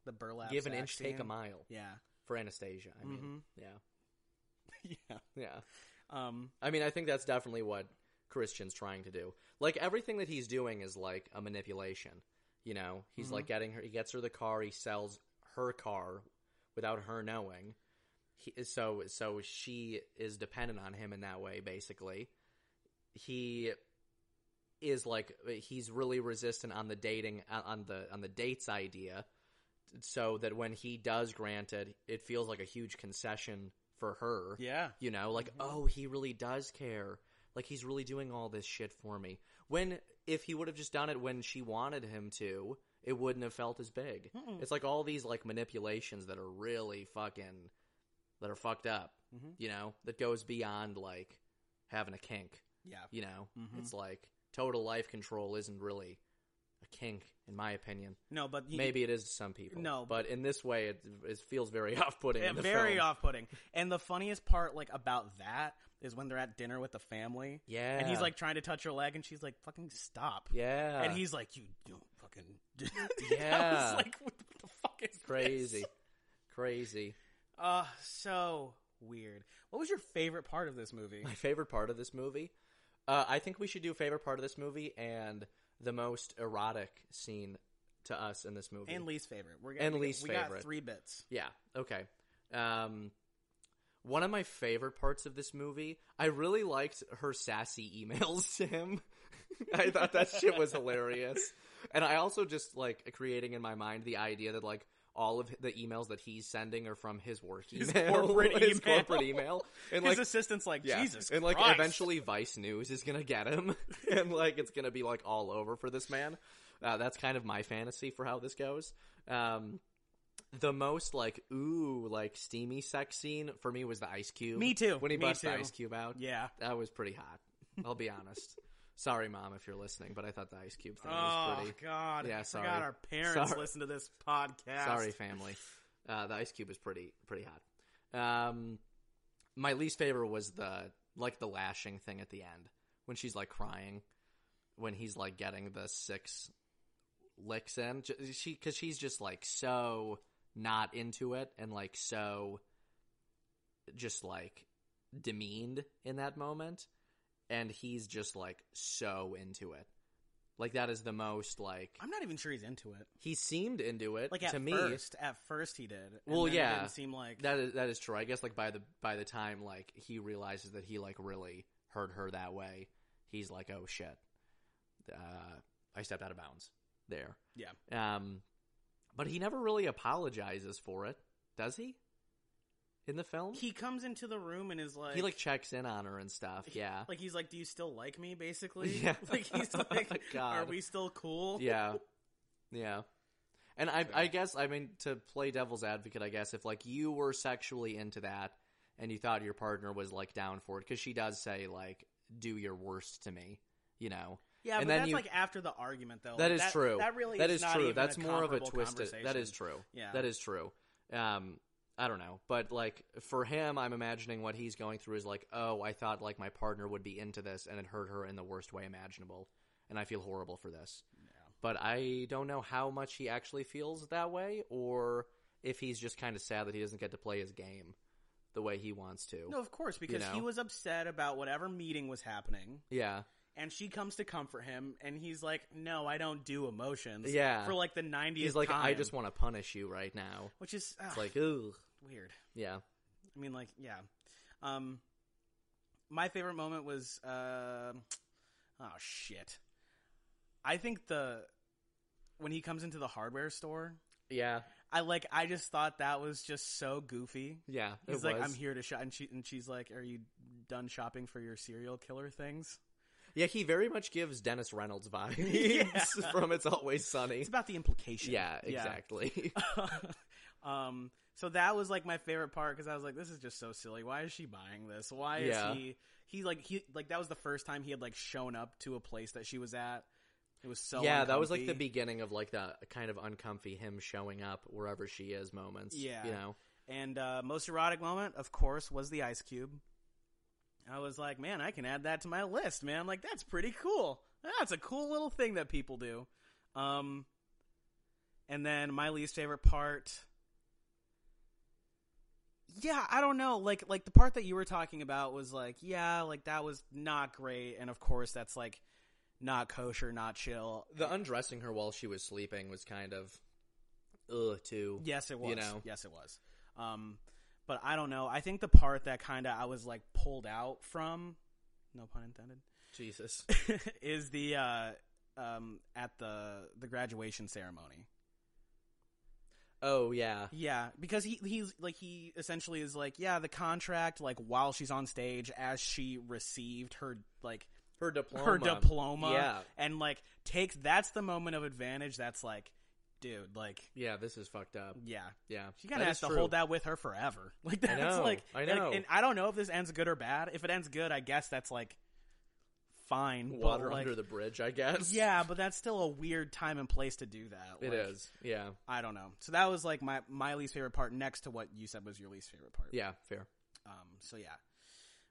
[SPEAKER 3] The burlap.
[SPEAKER 2] Give an
[SPEAKER 3] sack
[SPEAKER 2] inch, take a
[SPEAKER 3] scene.
[SPEAKER 2] mile
[SPEAKER 3] Yeah.
[SPEAKER 2] for Anastasia. I mean, yeah,
[SPEAKER 3] yeah.
[SPEAKER 2] yeah.
[SPEAKER 3] Um.
[SPEAKER 2] I mean, I think that's definitely what Christian's trying to do. Like everything that he's doing is like a manipulation. You know, he's
[SPEAKER 3] Mhm.
[SPEAKER 2] like getting her. He gets her the car. He sells her car without her knowing. He, so so she is dependent on him in that way. Basically, he is like he's really resistant on the dating on the on the dates idea. So that when he does grant it, it feels like a huge concession for her.
[SPEAKER 3] Yeah.
[SPEAKER 2] You know, like,
[SPEAKER 3] Mhm.
[SPEAKER 2] oh, he really does care. Like, he's really doing all this shit for me. When, if he would have just done it when she wanted him to, it wouldn't have felt as big.
[SPEAKER 3] Mm-mm.
[SPEAKER 2] It's like all these, like, manipulations that are really fucking, that are fucked up,
[SPEAKER 3] Mhm.
[SPEAKER 2] you know, that goes beyond, like, having a kink,
[SPEAKER 3] Yeah.
[SPEAKER 2] you know?
[SPEAKER 3] Mhm.
[SPEAKER 2] It's like total life control isn't really a kink, in my opinion.
[SPEAKER 3] No, but you,
[SPEAKER 2] Maybe it is to some people.
[SPEAKER 3] No,
[SPEAKER 2] But in this way, it, it feels very off putting.
[SPEAKER 3] Yeah, very off-putting. And the funniest part, like about that, is when they're at dinner with the family,
[SPEAKER 2] Yeah.
[SPEAKER 3] and he's like trying to touch her leg, and she's like, "Fucking stop!"
[SPEAKER 2] yeah.
[SPEAKER 3] And he's like, "You don't fucking." I
[SPEAKER 2] Yeah.
[SPEAKER 3] was like, "What the fuck is this?"
[SPEAKER 2] crazy crazy
[SPEAKER 3] Uh, so weird. What was your favorite part of this movie?
[SPEAKER 2] my favorite part of this movie uh, i think we should do favorite part of this movie and the most erotic scene to us in this movie
[SPEAKER 3] and least favorite. We're
[SPEAKER 2] And
[SPEAKER 3] we got-
[SPEAKER 2] least
[SPEAKER 3] we
[SPEAKER 2] favorite.
[SPEAKER 3] got three bits.
[SPEAKER 2] yeah okay um one of my favorite parts of this movie i really liked her sassy emails to him i thought that shit was hilarious and i also just like creating in my mind the idea that like all of the emails that he's sending are from his work email,
[SPEAKER 3] His corporate
[SPEAKER 2] his
[SPEAKER 3] email.
[SPEAKER 2] corporate email, and
[SPEAKER 3] His
[SPEAKER 2] like
[SPEAKER 3] assistant's like,
[SPEAKER 2] Yeah.
[SPEAKER 3] "Jesus,"
[SPEAKER 2] and like
[SPEAKER 3] Christ."
[SPEAKER 2] eventually Vice News is gonna get him, and like it's gonna be like all over for this man. Uh, that's kind of my fantasy for how this goes. Um, the most like ooh like steamy sex scene for me was the Ice Cube.
[SPEAKER 3] Me too.
[SPEAKER 2] When he
[SPEAKER 3] Me
[SPEAKER 2] bust the
[SPEAKER 3] too.
[SPEAKER 2] Ice Cube out,
[SPEAKER 3] Yeah.
[SPEAKER 2] that was pretty hot. I'll be honest. Sorry, mom, if you're listening, but I thought the Ice Cube thing was
[SPEAKER 3] Oh
[SPEAKER 2] pretty.
[SPEAKER 3] God!
[SPEAKER 2] Yeah,
[SPEAKER 3] I
[SPEAKER 2] sorry.
[SPEAKER 3] Forgot our parents
[SPEAKER 2] Sorry.
[SPEAKER 3] listen to this podcast.
[SPEAKER 2] Sorry, family. Uh, the Ice Cube is pretty pretty hot. Um, my least favorite was the like the lashing thing at the end when she's like crying when he's like getting the six licks in. J- She because she's just like so not into it and like so just like demeaned in that moment, and he's just like so into it. Like that is the most like
[SPEAKER 3] I'm not even sure he's into it.
[SPEAKER 2] he seemed into it
[SPEAKER 3] Like at
[SPEAKER 2] to me.
[SPEAKER 3] first, at first he did. and
[SPEAKER 2] Well,
[SPEAKER 3] then it
[SPEAKER 2] yeah.
[SPEAKER 3] didn't seem like
[SPEAKER 2] That is that is true. I guess like by the by the time like he realizes that he like really hurt her that way, he's like, oh shit, uh, I stepped out of bounds there.
[SPEAKER 3] Yeah.
[SPEAKER 2] Um, but he never really apologizes for it, does he? In the film,
[SPEAKER 3] he comes into the room and is like,
[SPEAKER 2] he like checks in on her and stuff. Yeah.
[SPEAKER 3] like he's like, do you still like me? Basically,
[SPEAKER 2] Yeah. Oh,
[SPEAKER 3] like he's like, are
[SPEAKER 2] God.
[SPEAKER 3] we still cool?
[SPEAKER 2] yeah yeah and I, I guess i mean to play devil's advocate i guess if like you were sexually into that and you thought your partner was like down for it because she does say like do your worst to me you know
[SPEAKER 3] yeah.
[SPEAKER 2] And
[SPEAKER 3] but
[SPEAKER 2] then
[SPEAKER 3] that's
[SPEAKER 2] you-
[SPEAKER 3] like after the argument, though.
[SPEAKER 2] that
[SPEAKER 3] Like,
[SPEAKER 2] is true
[SPEAKER 3] That really
[SPEAKER 2] that
[SPEAKER 3] is,
[SPEAKER 2] is
[SPEAKER 3] not
[SPEAKER 2] true
[SPEAKER 3] even
[SPEAKER 2] that's
[SPEAKER 3] a
[SPEAKER 2] more of a
[SPEAKER 3] comparable
[SPEAKER 2] twisted that is
[SPEAKER 3] conversation.
[SPEAKER 2] true
[SPEAKER 3] Yeah.
[SPEAKER 2] that is true um i don't know but like for him i'm imagining what he's going through is like oh i thought like my partner would be into this and it hurt her in the worst way imaginable and i feel horrible for this but I don't know how much he actually feels that way or if he's just kind of sad that he doesn't get to play his game the way he wants to.
[SPEAKER 3] No, of course, because he
[SPEAKER 2] know?
[SPEAKER 3] was upset about whatever meeting was happening,
[SPEAKER 2] Yeah.
[SPEAKER 3] and she comes to comfort him, and he's like, "No, I don't do emotions."
[SPEAKER 2] Yeah.
[SPEAKER 3] for like the ninetieth.
[SPEAKER 2] He's like, I
[SPEAKER 3] time,"
[SPEAKER 2] just want to punish you right now.
[SPEAKER 3] which is
[SPEAKER 2] It's
[SPEAKER 3] ugh,
[SPEAKER 2] like, ooh.
[SPEAKER 3] weird.
[SPEAKER 2] Yeah.
[SPEAKER 3] I mean, like, yeah. Um, my favorite moment was, uh, oh shit. I think the when he comes into the hardware store,
[SPEAKER 2] Yeah.
[SPEAKER 3] I like. I just thought that was just so goofy.
[SPEAKER 2] Yeah.
[SPEAKER 3] He's
[SPEAKER 2] it
[SPEAKER 3] like,
[SPEAKER 2] was.
[SPEAKER 3] "I'm here to shop," and she and she's like, "Are you done shopping for your serial killer things?"
[SPEAKER 2] Yeah, he very much gives Dennis Reynolds vibes
[SPEAKER 3] Yeah.
[SPEAKER 2] from It's Always Sunny.
[SPEAKER 3] It's about the implication.
[SPEAKER 2] Yeah, exactly.
[SPEAKER 3] um, so that was like my favorite part because I was like, this is just so silly. Why is she buying this? Why is
[SPEAKER 2] Yeah.
[SPEAKER 3] he? He like he like that was the first time he had like shown up to a place that she was at. It was so
[SPEAKER 2] yeah, that was like the
[SPEAKER 3] uncomfy.
[SPEAKER 2] beginning of like the kind of uncomfy him showing up wherever she is moments.
[SPEAKER 3] Yeah.
[SPEAKER 2] You know?
[SPEAKER 3] and uh, most erotic moment, of course, was the ice cube. I was like, man, I can add that to my list, man. Like that's pretty cool. That's a cool little thing that people do. Um, and then my least favorite part. Yeah, I don't know. Like like the part that you were talking about was like, yeah, like that was not great and of course that's like not kosher, not chill.
[SPEAKER 2] The undressing her while she was sleeping was kind of ugh too.
[SPEAKER 3] Yes, it was.
[SPEAKER 2] You know?
[SPEAKER 3] Yes, it was. Um, but I don't know. I think the part that kind of I was like pulled out from, no pun intended,
[SPEAKER 2] Jesus.
[SPEAKER 3] is the uh, um, at the the graduation ceremony.
[SPEAKER 2] Oh yeah.
[SPEAKER 3] Yeah, because he he's like he essentially is like yeah the contract like while she's on stage as she received her like
[SPEAKER 2] Her diploma.
[SPEAKER 3] her diploma
[SPEAKER 2] Yeah.
[SPEAKER 3] and like takes that's the moment of advantage that's like dude like
[SPEAKER 2] Yeah, this is fucked up.
[SPEAKER 3] yeah
[SPEAKER 2] Yeah.
[SPEAKER 3] She kind of
[SPEAKER 2] That
[SPEAKER 3] has
[SPEAKER 2] is
[SPEAKER 3] to
[SPEAKER 2] true.
[SPEAKER 3] hold that with her forever. Like that's
[SPEAKER 2] know,
[SPEAKER 3] like
[SPEAKER 2] I
[SPEAKER 3] like,
[SPEAKER 2] know.
[SPEAKER 3] and I don't know if this ends good or bad. If it ends good, I guess that's like fine. but,
[SPEAKER 2] water
[SPEAKER 3] like,
[SPEAKER 2] under the bridge, I guess.
[SPEAKER 3] Yeah, but that's still a weird time and place to do that.
[SPEAKER 2] It
[SPEAKER 3] Like,
[SPEAKER 2] is. Yeah.
[SPEAKER 3] I don't know. So that was like my my least favorite part, next to what you said was your least favorite part.
[SPEAKER 2] Yeah, fair.
[SPEAKER 3] Um. So yeah,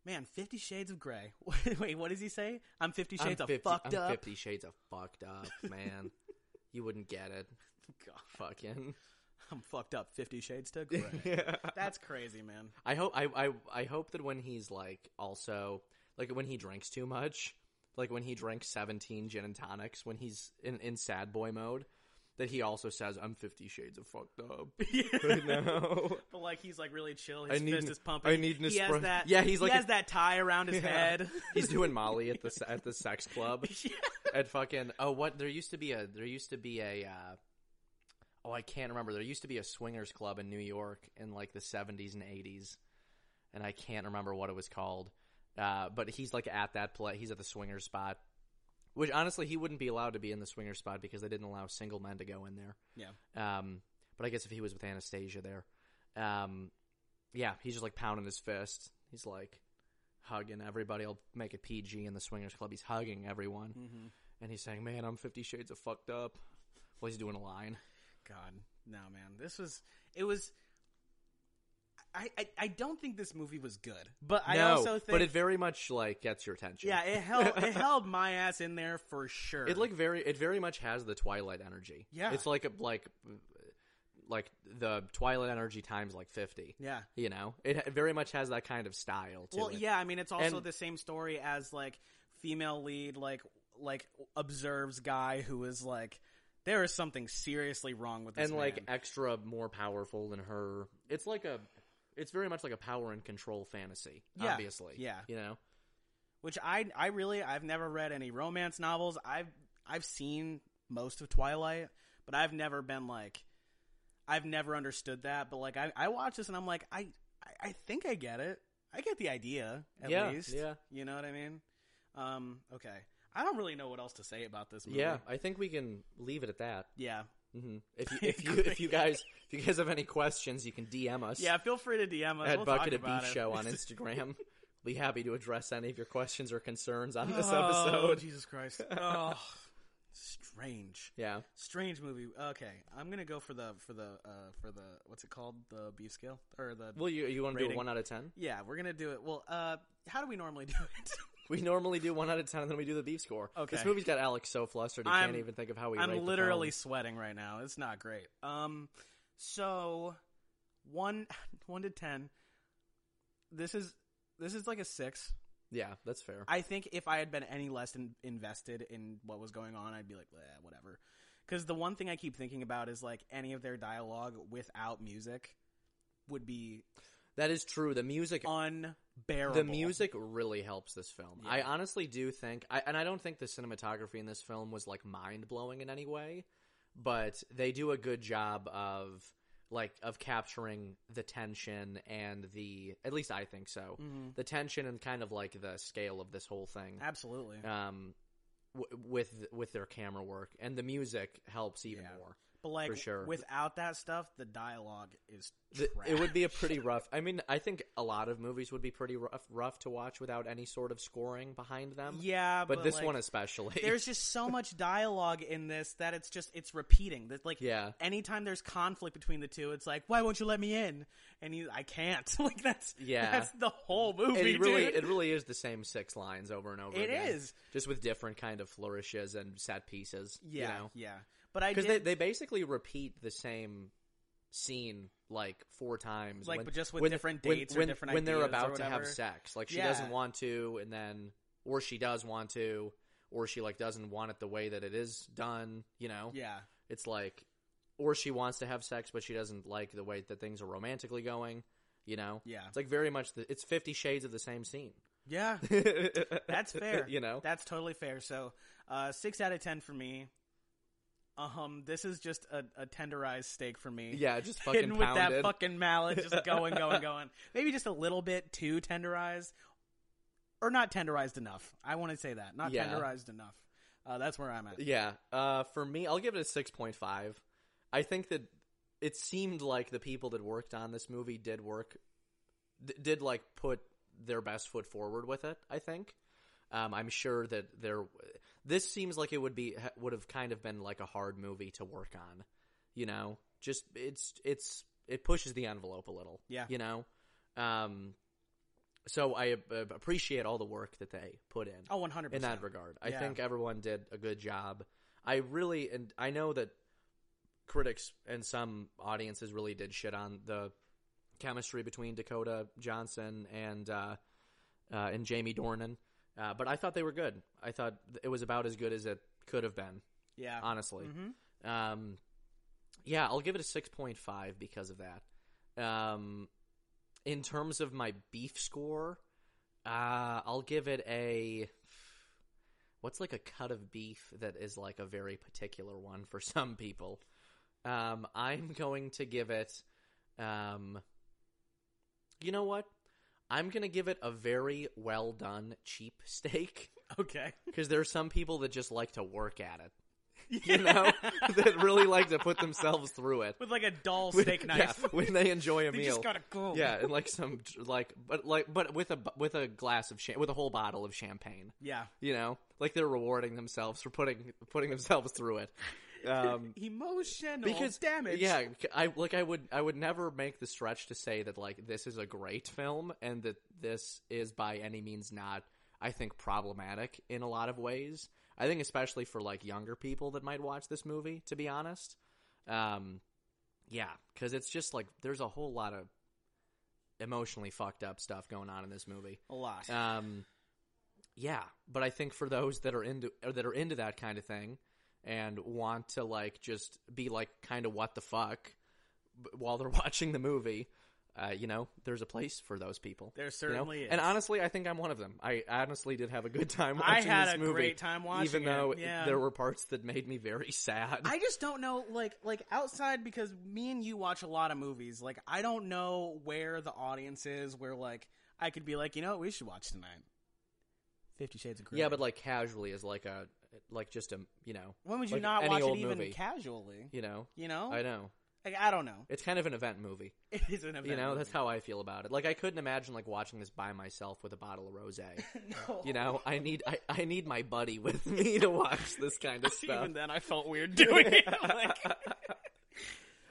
[SPEAKER 3] man, Fifty Shades of Grey. Wait, what does he say? I'm Fifty
[SPEAKER 2] I'm
[SPEAKER 3] Shades of
[SPEAKER 2] 50
[SPEAKER 3] fucked
[SPEAKER 2] I'm
[SPEAKER 3] up.
[SPEAKER 2] 50 shades of fucked up, man. you wouldn't get it.
[SPEAKER 3] God,
[SPEAKER 2] Fucking.
[SPEAKER 3] I'm fucked up. Fifty Shades to Grey. that's crazy, man.
[SPEAKER 2] I hope I, I I hope that when he's like also like when he drinks too much, like when he drinks 17 gin and tonics when he's in in sad boy mode, that he also says I'm 50 shades of fucked up. But no.
[SPEAKER 3] But like he's like really chill.
[SPEAKER 2] I
[SPEAKER 3] His
[SPEAKER 2] need
[SPEAKER 3] fist
[SPEAKER 2] an-
[SPEAKER 3] is pumping.
[SPEAKER 2] I need an
[SPEAKER 3] he has
[SPEAKER 2] espresso.
[SPEAKER 3] that.
[SPEAKER 2] Yeah, he's like
[SPEAKER 3] he
[SPEAKER 2] a-
[SPEAKER 3] has that tie around his
[SPEAKER 2] Yeah.
[SPEAKER 3] head.
[SPEAKER 2] He's doing Molly at the se- at the sex club
[SPEAKER 3] Yeah.
[SPEAKER 2] at fucking oh what there used to be a there used to be a uh, oh I can't remember there used to be a swingers club in New York in like the seventies and eighties and I can't remember what it was called uh, but he's like at that play he's at the swingers spot which honestly he wouldn't be allowed to be in the swingers spot because they didn't allow single men to go in there
[SPEAKER 3] Yeah.
[SPEAKER 2] um, but I guess if he was with Anastasia there, um, yeah, he's just like pounding his fist. He's like hugging everybody. I'll make it PG in the swingers club. He's hugging everyone, and he's saying, "Man, I'm Fifty Shades of fucked up." Well, he's doing a line.
[SPEAKER 3] God, no, man. This was. It was. I, I, I don't think this movie was good, but I
[SPEAKER 2] no,
[SPEAKER 3] also think
[SPEAKER 2] but it very much like gets your attention.
[SPEAKER 3] yeah it held it held my ass in there for sure.
[SPEAKER 2] it like very it very much has the Twilight energy.
[SPEAKER 3] Yeah.
[SPEAKER 2] it's like a like like the Twilight energy times like fifty.
[SPEAKER 3] yeah.
[SPEAKER 2] You know, it it very much has that kind of style. To
[SPEAKER 3] Well,
[SPEAKER 2] it.
[SPEAKER 3] yeah. I mean, it's also
[SPEAKER 2] And-
[SPEAKER 3] the same story as like female lead like like observes guy who is like there is something seriously wrong with this
[SPEAKER 2] and like
[SPEAKER 3] man.
[SPEAKER 2] extra more powerful than her. It's like a, it's very much like a power and control fantasy.
[SPEAKER 3] Yeah,
[SPEAKER 2] Obviously,
[SPEAKER 3] yeah.
[SPEAKER 2] you know,
[SPEAKER 3] which I I really I've never read any romance novels. I've I've seen most of Twilight, but I've never been like I've never understood that. But like I I watch this and I'm like I I, I think I get it. I get the idea at
[SPEAKER 2] Yeah,
[SPEAKER 3] least.
[SPEAKER 2] yeah.
[SPEAKER 3] you know what I mean. Um, okay. I don't really know what else to say about this movie.
[SPEAKER 2] yeah. I think we can leave it at that.
[SPEAKER 3] yeah,
[SPEAKER 2] hmm If you if you if you guys if you guys have any questions, you can DM us
[SPEAKER 3] yeah. Feel free to DM us.
[SPEAKER 2] at
[SPEAKER 3] we'll talk
[SPEAKER 2] Bucket of
[SPEAKER 3] about
[SPEAKER 2] Beef
[SPEAKER 3] it.
[SPEAKER 2] Show on Instagram. Be happy to address any of your questions or concerns on this
[SPEAKER 3] Oh,
[SPEAKER 2] episode.
[SPEAKER 3] Jesus Christ! Oh, strange.
[SPEAKER 2] Yeah,
[SPEAKER 3] strange movie. Okay, I'm gonna go for the for the uh, for the what's it called the beef scale or the
[SPEAKER 2] well, you you want to do a
[SPEAKER 3] Rating.
[SPEAKER 2] one out of ten?
[SPEAKER 3] yeah we're gonna do it. Well, uh, how do we normally do it?
[SPEAKER 2] We normally do one out of ten, and then we do the beef score.
[SPEAKER 3] Okay.
[SPEAKER 2] this movie's got Alex so flustered he can't
[SPEAKER 3] I'm-
[SPEAKER 2] even think of how we. rate
[SPEAKER 3] I'm
[SPEAKER 2] the
[SPEAKER 3] literally
[SPEAKER 2] film.
[SPEAKER 3] sweating right now. It's not great. Um, so one one to ten. This is this is like a six.
[SPEAKER 2] yeah, that's fair.
[SPEAKER 3] I think if I had been any less in- invested in what was going on, I'd be like, "Bleh, whatever. Because the one thing I keep thinking about is like any of their dialogue without music would be
[SPEAKER 2] that is true. The music
[SPEAKER 3] unbearable.
[SPEAKER 2] The music really helps this film. I
[SPEAKER 3] Yeah.
[SPEAKER 2] honestly do think, I, and I don't think the cinematography in this film was like mind blowing in any way, but they do a good job of like of capturing the tension and the at least I think so
[SPEAKER 3] Mhm.
[SPEAKER 2] the tension and kind of like the scale of this whole thing
[SPEAKER 3] absolutely.
[SPEAKER 2] um w- with with their camera work and the music helps even
[SPEAKER 3] Yeah.
[SPEAKER 2] more.
[SPEAKER 3] but like
[SPEAKER 2] for sure.
[SPEAKER 3] without that stuff, the dialogue is
[SPEAKER 2] The-
[SPEAKER 3] trash.
[SPEAKER 2] it would be a pretty rough. I mean, I think a lot of movies would be pretty rough rough to watch without any sort of scoring behind them.
[SPEAKER 3] yeah,
[SPEAKER 2] but, this
[SPEAKER 3] like,
[SPEAKER 2] one especially.
[SPEAKER 3] There's just so much dialogue in this that it's just it's repeating. That like
[SPEAKER 2] yeah,
[SPEAKER 3] anytime there's conflict between the two, it's like, why won't you let me in? And he, I can't. like that's
[SPEAKER 2] Yeah.
[SPEAKER 3] that's the whole movie.
[SPEAKER 2] it really
[SPEAKER 3] dude.
[SPEAKER 2] it really is the same six lines over and over.
[SPEAKER 3] It
[SPEAKER 2] again,
[SPEAKER 3] is.
[SPEAKER 2] just with different kind of flourishes and set pieces.
[SPEAKER 3] yeah,
[SPEAKER 2] you know?
[SPEAKER 3] yeah. But I
[SPEAKER 2] because
[SPEAKER 3] did
[SPEAKER 2] they they basically repeat the same scene like four times,
[SPEAKER 3] Like,
[SPEAKER 2] when-
[SPEAKER 3] but just with
[SPEAKER 2] when-
[SPEAKER 3] different
[SPEAKER 2] when-
[SPEAKER 3] dates or
[SPEAKER 2] when-
[SPEAKER 3] different
[SPEAKER 2] when they're
[SPEAKER 3] ideas or
[SPEAKER 2] about to have
[SPEAKER 3] whatever.
[SPEAKER 2] sex. Like she
[SPEAKER 3] Yeah.
[SPEAKER 2] doesn't want to, and then or she does want to, or she like doesn't want it the way that it is done, you know?
[SPEAKER 3] Yeah.
[SPEAKER 2] It's like or she wants to have sex but she doesn't like the way that things are romantically going, you know?
[SPEAKER 3] Yeah.
[SPEAKER 2] It's like very much the, it's 50 shades of the same scene.
[SPEAKER 3] Yeah.
[SPEAKER 2] That's
[SPEAKER 3] That's fair.
[SPEAKER 2] you know.
[SPEAKER 3] That's totally fair. So, uh, six out of ten for me. Um, this is just a, a tenderized steak for me.
[SPEAKER 2] yeah, just fucking
[SPEAKER 3] Hitting with
[SPEAKER 2] pounded.
[SPEAKER 3] that fucking mallet, just going, going, going. Maybe just a little bit too tenderized, or not tenderized enough. I want to say that not
[SPEAKER 2] Yeah.
[SPEAKER 3] tenderized enough. Uh, that's where I'm at.
[SPEAKER 2] Yeah. Uh, for me, I'll give it a 6.5. I think that it seemed like the people that worked on this movie did work, d- did like put their best foot forward with it, I think. Um, I'm sure that there, this seems like it would be, ha- would have kind of been like a hard movie to work on, you know? Just, it's, it's, it pushes the envelope a little.
[SPEAKER 3] Yeah.
[SPEAKER 2] You know? Um, so I uh, appreciate all the work that they put in
[SPEAKER 3] Oh, 100.
[SPEAKER 2] in
[SPEAKER 3] percent
[SPEAKER 2] that regard. I
[SPEAKER 3] Yeah.
[SPEAKER 2] think everyone did a good job. I really and I know that critics and some audiences really did shit on the chemistry between Dakota Johnson and uh, uh, and Jamie Dornan, uh, but I thought they were good. I thought it was about as good as it could have been,
[SPEAKER 3] Yeah.
[SPEAKER 2] honestly.
[SPEAKER 3] hmm
[SPEAKER 2] Um, yeah, I'll give it a six point five because of that. Um, in terms of my beef score, uh, I'll give it a what's like a cut of beef that is like a very particular one for some people. Um, I'm going to give it. Um, you know what? I'm gonna give it a very well done cheap steak
[SPEAKER 3] Okay.
[SPEAKER 2] because there's some people that just like to work at it you know, that really like to put themselves through it.
[SPEAKER 3] with like a dull
[SPEAKER 2] When-
[SPEAKER 3] steak
[SPEAKER 2] yeah,
[SPEAKER 3] knife.
[SPEAKER 2] when they enjoy a
[SPEAKER 3] they
[SPEAKER 2] meal.
[SPEAKER 3] just gotta go.
[SPEAKER 2] yeah, and like some like but like but with a with a glass of cha- with a whole bottle of champagne,
[SPEAKER 3] Yeah.
[SPEAKER 2] you know, like they're rewarding themselves for putting putting themselves through it. Um,
[SPEAKER 3] Emotional
[SPEAKER 2] because
[SPEAKER 3] damage.
[SPEAKER 2] yeah, I like I would I would never make the stretch to say that like this is a great film and that this is by any means not I think problematic in a lot of ways. I think especially for like younger people that might watch this movie, to be honest. Um, yeah, because it's just like there's a whole lot of emotionally fucked up stuff going on in this movie.
[SPEAKER 3] a lot.
[SPEAKER 2] Um, yeah, but I think for those that are into or that are into that kind of thing and want to like just be like kind of what the fuck b- while they're watching the movie, uh, you know, there's a place for those people.
[SPEAKER 3] there
[SPEAKER 2] you know?
[SPEAKER 3] certainly is.
[SPEAKER 2] And honestly, I think I'm one of them. I honestly did have a good time
[SPEAKER 3] I
[SPEAKER 2] watching
[SPEAKER 3] had
[SPEAKER 2] this
[SPEAKER 3] a
[SPEAKER 2] movie,
[SPEAKER 3] great time watching
[SPEAKER 2] even
[SPEAKER 3] it,
[SPEAKER 2] though
[SPEAKER 3] yeah.
[SPEAKER 2] there were parts that made me very sad.
[SPEAKER 3] I just don't know, like, like outside because me and you watch a lot of movies. Like, I don't know where the audience is. Where like I could be like, you know, what we should watch tonight. Fifty Shades of Grey.
[SPEAKER 2] yeah, but like casually is like a like just a you know
[SPEAKER 3] when would you
[SPEAKER 2] like
[SPEAKER 3] not
[SPEAKER 2] any
[SPEAKER 3] watch it
[SPEAKER 2] old
[SPEAKER 3] even
[SPEAKER 2] movie.
[SPEAKER 3] casually?
[SPEAKER 2] you know
[SPEAKER 3] You know,
[SPEAKER 2] I know
[SPEAKER 3] like I don't know.
[SPEAKER 2] it's kind of an event movie.
[SPEAKER 3] It is an event.
[SPEAKER 2] you know
[SPEAKER 3] movie.
[SPEAKER 2] that's how i feel about it like i couldn't imagine like watching this by myself with a bottle of rosé
[SPEAKER 3] No.
[SPEAKER 2] you know i need I, I need my buddy with me to watch this kind of stuff
[SPEAKER 3] Even then, I felt weird doing it. Like,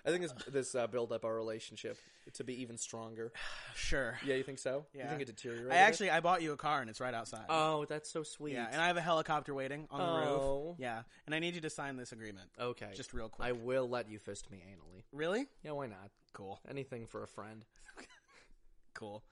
[SPEAKER 2] i think this this uh, build up our relationship to be even stronger
[SPEAKER 3] sure.
[SPEAKER 2] yeah you think so you
[SPEAKER 3] Yeah.
[SPEAKER 2] think it deteriorated
[SPEAKER 3] I actually I bought you a car and it's right outside.
[SPEAKER 2] oh that's so sweet
[SPEAKER 3] yeah, and I have a helicopter waiting on the
[SPEAKER 2] Oh.
[SPEAKER 3] roof. Yeah, and I need you to sign this agreement
[SPEAKER 2] okay
[SPEAKER 3] just real quick.
[SPEAKER 2] i will let you fist me anally
[SPEAKER 3] really
[SPEAKER 2] yeah why not
[SPEAKER 3] cool.
[SPEAKER 2] anything for a friend
[SPEAKER 3] Cool.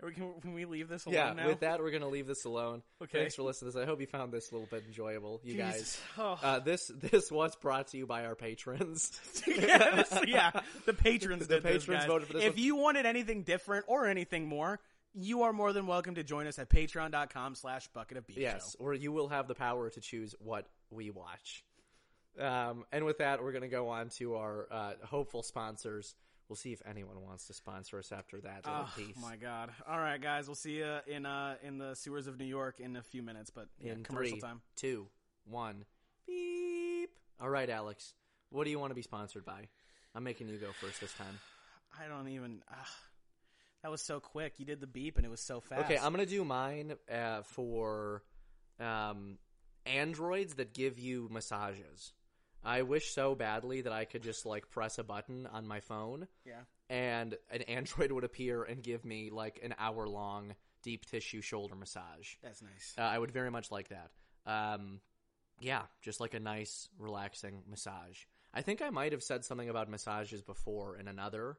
[SPEAKER 3] Are we, can, can we leave this alone
[SPEAKER 2] yeah
[SPEAKER 3] now?
[SPEAKER 2] with that we're gonna leave this alone
[SPEAKER 3] Okay.
[SPEAKER 2] thanks for listening to this i hope you found this a little bit enjoyable you guys
[SPEAKER 3] Jesus. Oh.
[SPEAKER 2] Uh, this this was brought to you by our patrons.
[SPEAKER 3] yeah, this- yeah, the patrons
[SPEAKER 2] The
[SPEAKER 3] did this,
[SPEAKER 2] patrons
[SPEAKER 3] guys.
[SPEAKER 2] voted for this
[SPEAKER 3] If
[SPEAKER 2] one.
[SPEAKER 3] you wanted anything different or anything more, you are more than welcome to join us at patreon.com slash bucket of beef
[SPEAKER 2] yes,
[SPEAKER 3] show.
[SPEAKER 2] or you will have the power to choose what we watch. Um, and with that, we're going to go on to our uh, hopeful sponsors. We'll see if anyone wants to sponsor us after that little
[SPEAKER 3] Oh
[SPEAKER 2] piece.
[SPEAKER 3] my god. All right guys, we'll see you in uh in the sewers of New York in a few minutes, but yeah,
[SPEAKER 2] In
[SPEAKER 3] commercial
[SPEAKER 2] three,
[SPEAKER 3] time.
[SPEAKER 2] two, one, beep. All right, Alex, what do you want to be sponsored by? I'm making you go first this time.
[SPEAKER 3] I don't even uh, That was so quick. You did the beep and it was so fast.
[SPEAKER 2] Okay, I'm gonna do mine uh, for um, androids that give you massages. I wish so badly that I could just like press a button on my phone,
[SPEAKER 3] Yeah.
[SPEAKER 2] and an android would appear and give me like an hour long deep tissue shoulder massage.
[SPEAKER 3] That's nice.
[SPEAKER 2] Uh, I would very much like that. Um, yeah, just like a nice, relaxing massage. I think I might have said something about massages before in another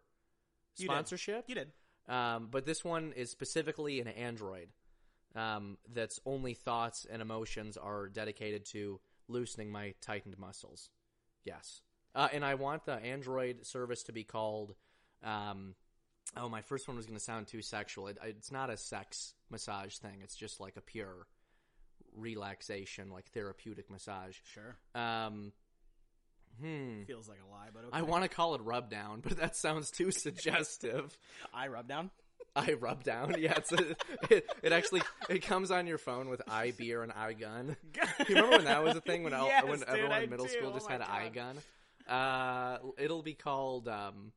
[SPEAKER 3] You did.
[SPEAKER 2] sponsorship.
[SPEAKER 3] You did.
[SPEAKER 2] Um, but this one is specifically an android um, that's only thoughts and emotions are dedicated to loosening my tightened muscles. Yes. Uh, and I want the Android service to be called. Um, oh, my first one was going to sound too sexual. It, it's not a sex massage thing, it's just like a pure relaxation, like therapeutic massage.
[SPEAKER 3] Sure.
[SPEAKER 2] Um, hmm.
[SPEAKER 3] Feels like a lie, but okay.
[SPEAKER 2] I want to call it rub down, but that sounds too suggestive.
[SPEAKER 3] I rub down.
[SPEAKER 2] I rub down. Yeah, it's a, it, it actually it comes on your phone with eye beer and eye gun. You remember when that was a thing when all-
[SPEAKER 3] Yes,
[SPEAKER 2] when
[SPEAKER 3] dude,
[SPEAKER 2] everyone
[SPEAKER 3] I
[SPEAKER 2] in middle
[SPEAKER 3] do.
[SPEAKER 2] school
[SPEAKER 3] Oh
[SPEAKER 2] just
[SPEAKER 3] my
[SPEAKER 2] had an eye
[SPEAKER 3] God.
[SPEAKER 2] gun? Uh, it'll be called um,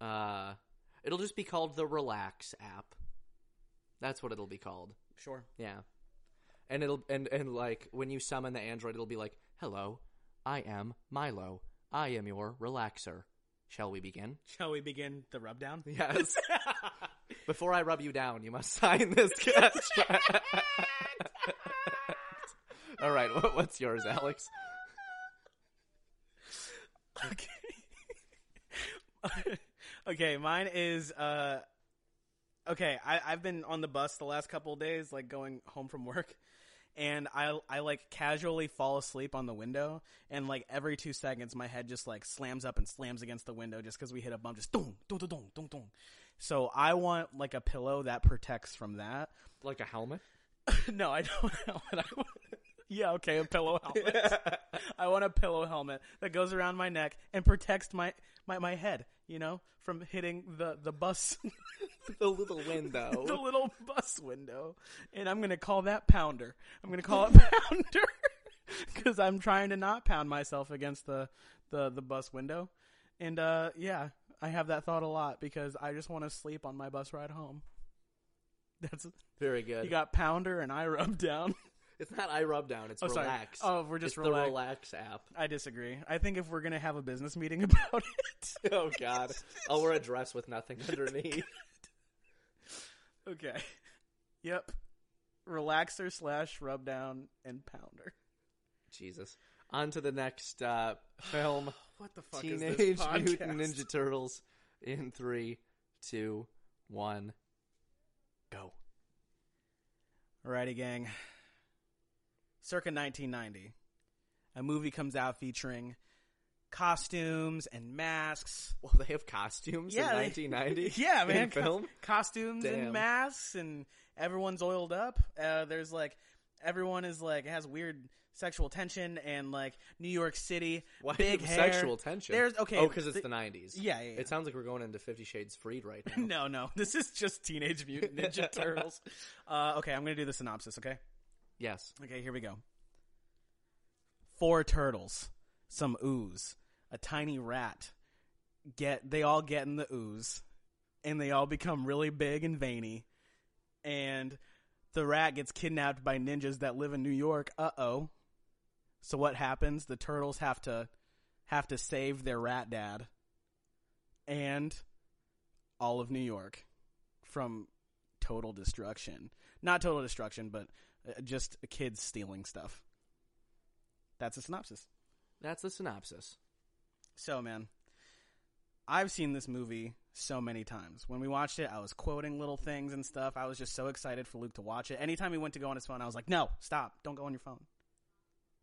[SPEAKER 2] uh, it'll just be called the Relax app. That's what it'll be called.
[SPEAKER 3] Sure.
[SPEAKER 2] Yeah. And it'll and and like when you summon the android it'll be like, "Hello, I am Milo. I am your relaxer. Shall we begin?"
[SPEAKER 3] Shall we begin the rub down?
[SPEAKER 2] Yes. Before I rub you down, you must sign this contract. All right, what, what's yours, Alex?
[SPEAKER 3] okay. okay, mine is uh okay, I, I've been on the bus the last couple of days, like going home from work, and I I like casually fall asleep on the window and like every two seconds my head just like slams up and slams against the window just because we hit a bump, just dong, dong, dong, dong, dong, dong. So I want like a pillow that protects from that.
[SPEAKER 2] Like a helmet?
[SPEAKER 3] no, I don't know what I want. Yeah, okay, a pillow helmet. I want a pillow helmet that goes around my neck and protects my, my, my head, you know, from hitting the, the bus,
[SPEAKER 2] The little
[SPEAKER 3] the
[SPEAKER 2] window.
[SPEAKER 3] little bus window. And I'm going to call that Pounder. I'm going to call it Pounder because I'm trying to not pound myself against the, the, the bus window. And, uh, yeah, I have that thought a lot because I just want to sleep on my bus ride home. That's,
[SPEAKER 2] Very
[SPEAKER 3] you
[SPEAKER 2] good.
[SPEAKER 3] got Pounder and I rub down.
[SPEAKER 2] it's not I rub down, it's
[SPEAKER 3] Oh, sorry.
[SPEAKER 2] relax.
[SPEAKER 3] Oh, we're just
[SPEAKER 2] it's the
[SPEAKER 3] relax.
[SPEAKER 2] relax app.
[SPEAKER 3] I disagree. I think if we're gonna have a business meeting about it,
[SPEAKER 2] Oh god. I'll wear a dress with nothing underneath.
[SPEAKER 3] okay. Yep. Relaxer slash rub down and pounder.
[SPEAKER 2] Jesus. On to the next uh, film.
[SPEAKER 3] What the fuck is
[SPEAKER 2] Teenage
[SPEAKER 3] this
[SPEAKER 2] Mutant
[SPEAKER 3] podcast?
[SPEAKER 2] Ninja Turtles in three, two, one, go.
[SPEAKER 3] Alrighty, gang. Circa 1990, a movie comes out featuring costumes and masks.
[SPEAKER 2] Well, they have costumes
[SPEAKER 3] Yeah,
[SPEAKER 2] in
[SPEAKER 3] they-
[SPEAKER 2] 1990.
[SPEAKER 3] Yeah, man.
[SPEAKER 2] in film.
[SPEAKER 3] costumes and
[SPEAKER 2] Damn.
[SPEAKER 3] masks, and everyone's oiled up. Uh, there's like everyone is like has weird sexual tension, and like New York City,
[SPEAKER 2] Why
[SPEAKER 3] big
[SPEAKER 2] the
[SPEAKER 3] hair.
[SPEAKER 2] sexual tension?
[SPEAKER 3] There's okay.
[SPEAKER 2] Oh, because it's
[SPEAKER 3] th-
[SPEAKER 2] the 90s.
[SPEAKER 3] yeah, yeah, yeah.
[SPEAKER 2] It sounds like we're going into Fifty Shades Freed right
[SPEAKER 3] No,
[SPEAKER 2] now.
[SPEAKER 3] no. This is just Teenage Mutant Ninja Turtles. Uh, okay, I'm going to do the synopsis, okay?
[SPEAKER 2] Yes.
[SPEAKER 3] Okay, here we go. Four turtles, some ooze, a tiny rat. Get they all get in the ooze and they all become really big and veiny and the rat gets kidnapped by ninjas that live in New York. Uh-oh. So what happens? The turtles have to have to save their rat dad and all of New York from total destruction. Not total destruction, but uh, just kids stealing stuff. That's a synopsis.
[SPEAKER 2] That's the synopsis.
[SPEAKER 3] So, man, I've seen this movie so many times. When we watched it, I was quoting little things and stuff. I was just so excited for Luke to watch it. Anytime he went to go on his phone, I was like, "No, stop! Don't go on your phone."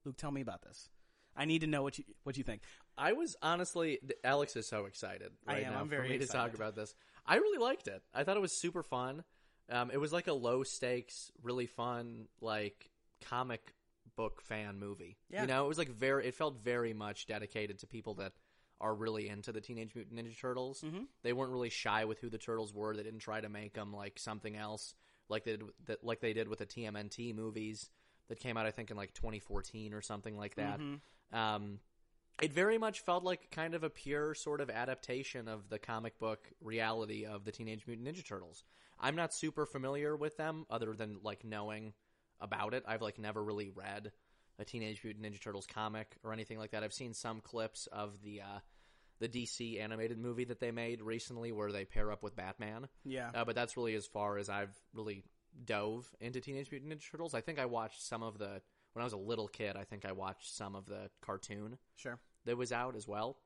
[SPEAKER 3] Luke, tell me about this. I need to know what you what you think.
[SPEAKER 2] I was honestly, th- Alex is so excited
[SPEAKER 3] I
[SPEAKER 2] right
[SPEAKER 3] am.
[SPEAKER 2] now
[SPEAKER 3] I'm
[SPEAKER 2] for
[SPEAKER 3] very
[SPEAKER 2] me to
[SPEAKER 3] excited.
[SPEAKER 2] talk about this. I really liked it. I thought it was super fun. Um, it was like a low stakes, really fun, like comic book fan movie.
[SPEAKER 3] Yeah.
[SPEAKER 2] You know, it was like very. It felt very much dedicated to people that are really into the Teenage Mutant Ninja Turtles.
[SPEAKER 3] Mhm.
[SPEAKER 2] They weren't really shy with who the turtles were. They didn't try to make them like something else, like they did, with- that, like they did with the TMNT movies that came out, I think, in like 2014 or something like that.
[SPEAKER 3] Mhm.
[SPEAKER 2] Um, it very much felt like kind of a pure sort of adaptation of the comic book reality of the Teenage Mutant Ninja Turtles. I'm not super familiar with them other than like knowing about it. I've like never really read a Teenage Mutant Ninja Turtles comic or anything like that. I've seen some clips of the uh, the DC animated movie that they made recently where they pair up with Batman.
[SPEAKER 3] Yeah,
[SPEAKER 2] Uh, but that's really as far as I've really dove into Teenage Mutant Ninja Turtles. I think I watched some of the when I was a little kid. I think I watched some of the cartoon
[SPEAKER 3] sure.
[SPEAKER 2] that was out as well.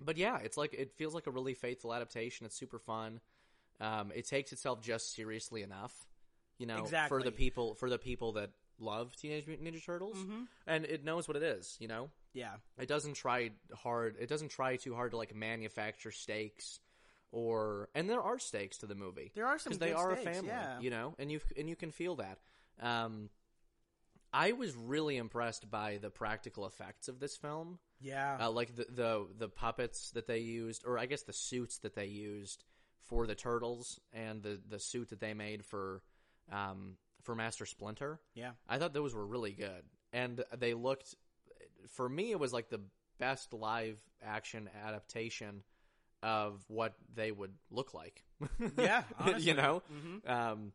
[SPEAKER 2] But yeah, it's like it feels like a really faithful adaptation. It's super fun. Um, it takes itself just seriously enough. you know, for
[SPEAKER 3] Exactly.
[SPEAKER 2] the people for the people that love Teenage Mutant Ninja Turtles,
[SPEAKER 3] Mhm.
[SPEAKER 2] and it knows what it is. You know,
[SPEAKER 3] Yeah.
[SPEAKER 2] it doesn't try hard. It doesn't try too hard to like manufacture stakes or and there are stakes to the movie
[SPEAKER 3] There are some.
[SPEAKER 2] because they
[SPEAKER 3] good
[SPEAKER 2] are
[SPEAKER 3] stakes,
[SPEAKER 2] a family,
[SPEAKER 3] Yeah.
[SPEAKER 2] you know, and you and you can feel that. Um, I was really impressed by the practical effects of this film,
[SPEAKER 3] yeah.
[SPEAKER 2] uh, like the, the the puppets that they used, or I guess the suits that they used for the turtles, and the the suit that they made for um, for Master Splinter.
[SPEAKER 3] Yeah.
[SPEAKER 2] I thought those were really good, and they looked. For me, it was like the best live action adaptation of what they would look like.
[SPEAKER 3] Yeah, honestly.
[SPEAKER 2] you know,
[SPEAKER 3] hmm
[SPEAKER 2] um,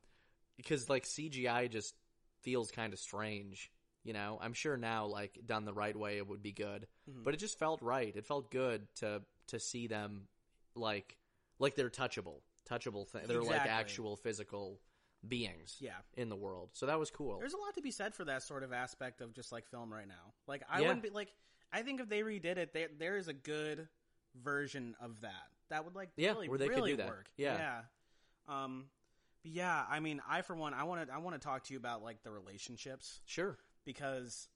[SPEAKER 2] because like CGI just feels kind of strange. You know, I'm sure now, like done the right way, it would be good.
[SPEAKER 3] Mhm.
[SPEAKER 2] But it just felt right. It felt good to to see them like like they're touchable, touchable thing. They're like
[SPEAKER 3] Exactly.
[SPEAKER 2] actual physical beings
[SPEAKER 3] Yeah.
[SPEAKER 2] in the world. So that was cool.
[SPEAKER 3] There's a lot to be said for that sort of aspect of just like film right now. Like I
[SPEAKER 2] Yeah.
[SPEAKER 3] wouldn't be like I think if they redid it, there there is a good version of that that would like
[SPEAKER 2] Yeah,
[SPEAKER 3] really
[SPEAKER 2] where they could
[SPEAKER 3] really
[SPEAKER 2] do that.
[SPEAKER 3] work.
[SPEAKER 2] Yeah.
[SPEAKER 3] Yeah. Um. But yeah, I mean, I for one, I want to I want to talk to you about like the relationships
[SPEAKER 2] sure.
[SPEAKER 3] because,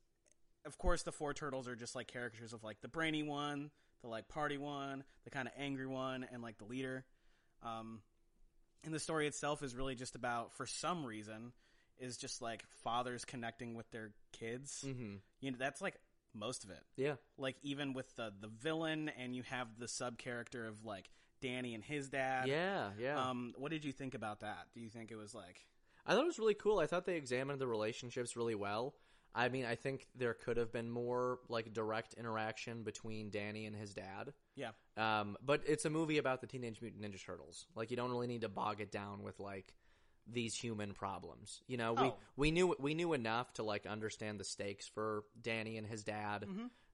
[SPEAKER 3] of course, the four turtles are just like caricatures of like the brainy one, the like party one, the kind of angry one, and like the leader. Um, and the story itself is really just about, for some reason, is just like fathers connecting with their kids.
[SPEAKER 2] hmm
[SPEAKER 3] You know, that's like most of it.
[SPEAKER 2] Yeah.
[SPEAKER 3] Like even with the the villain, and you have the sub character of like Danny and his dad.
[SPEAKER 2] Yeah. Yeah.
[SPEAKER 3] Um, what did you think about that? Do you think it was like
[SPEAKER 2] I thought it was really cool. I thought they examined the relationships really well. I mean, I think there could have been more like direct interaction between Danny and his dad.
[SPEAKER 3] Yeah.
[SPEAKER 2] Um, but it's a movie about the Teenage Mutant Ninja Turtles. Like you don't really need to bog it down with like these human problems. You know,
[SPEAKER 3] Oh.
[SPEAKER 2] we we knew we knew enough to like understand the stakes for Danny and his dad.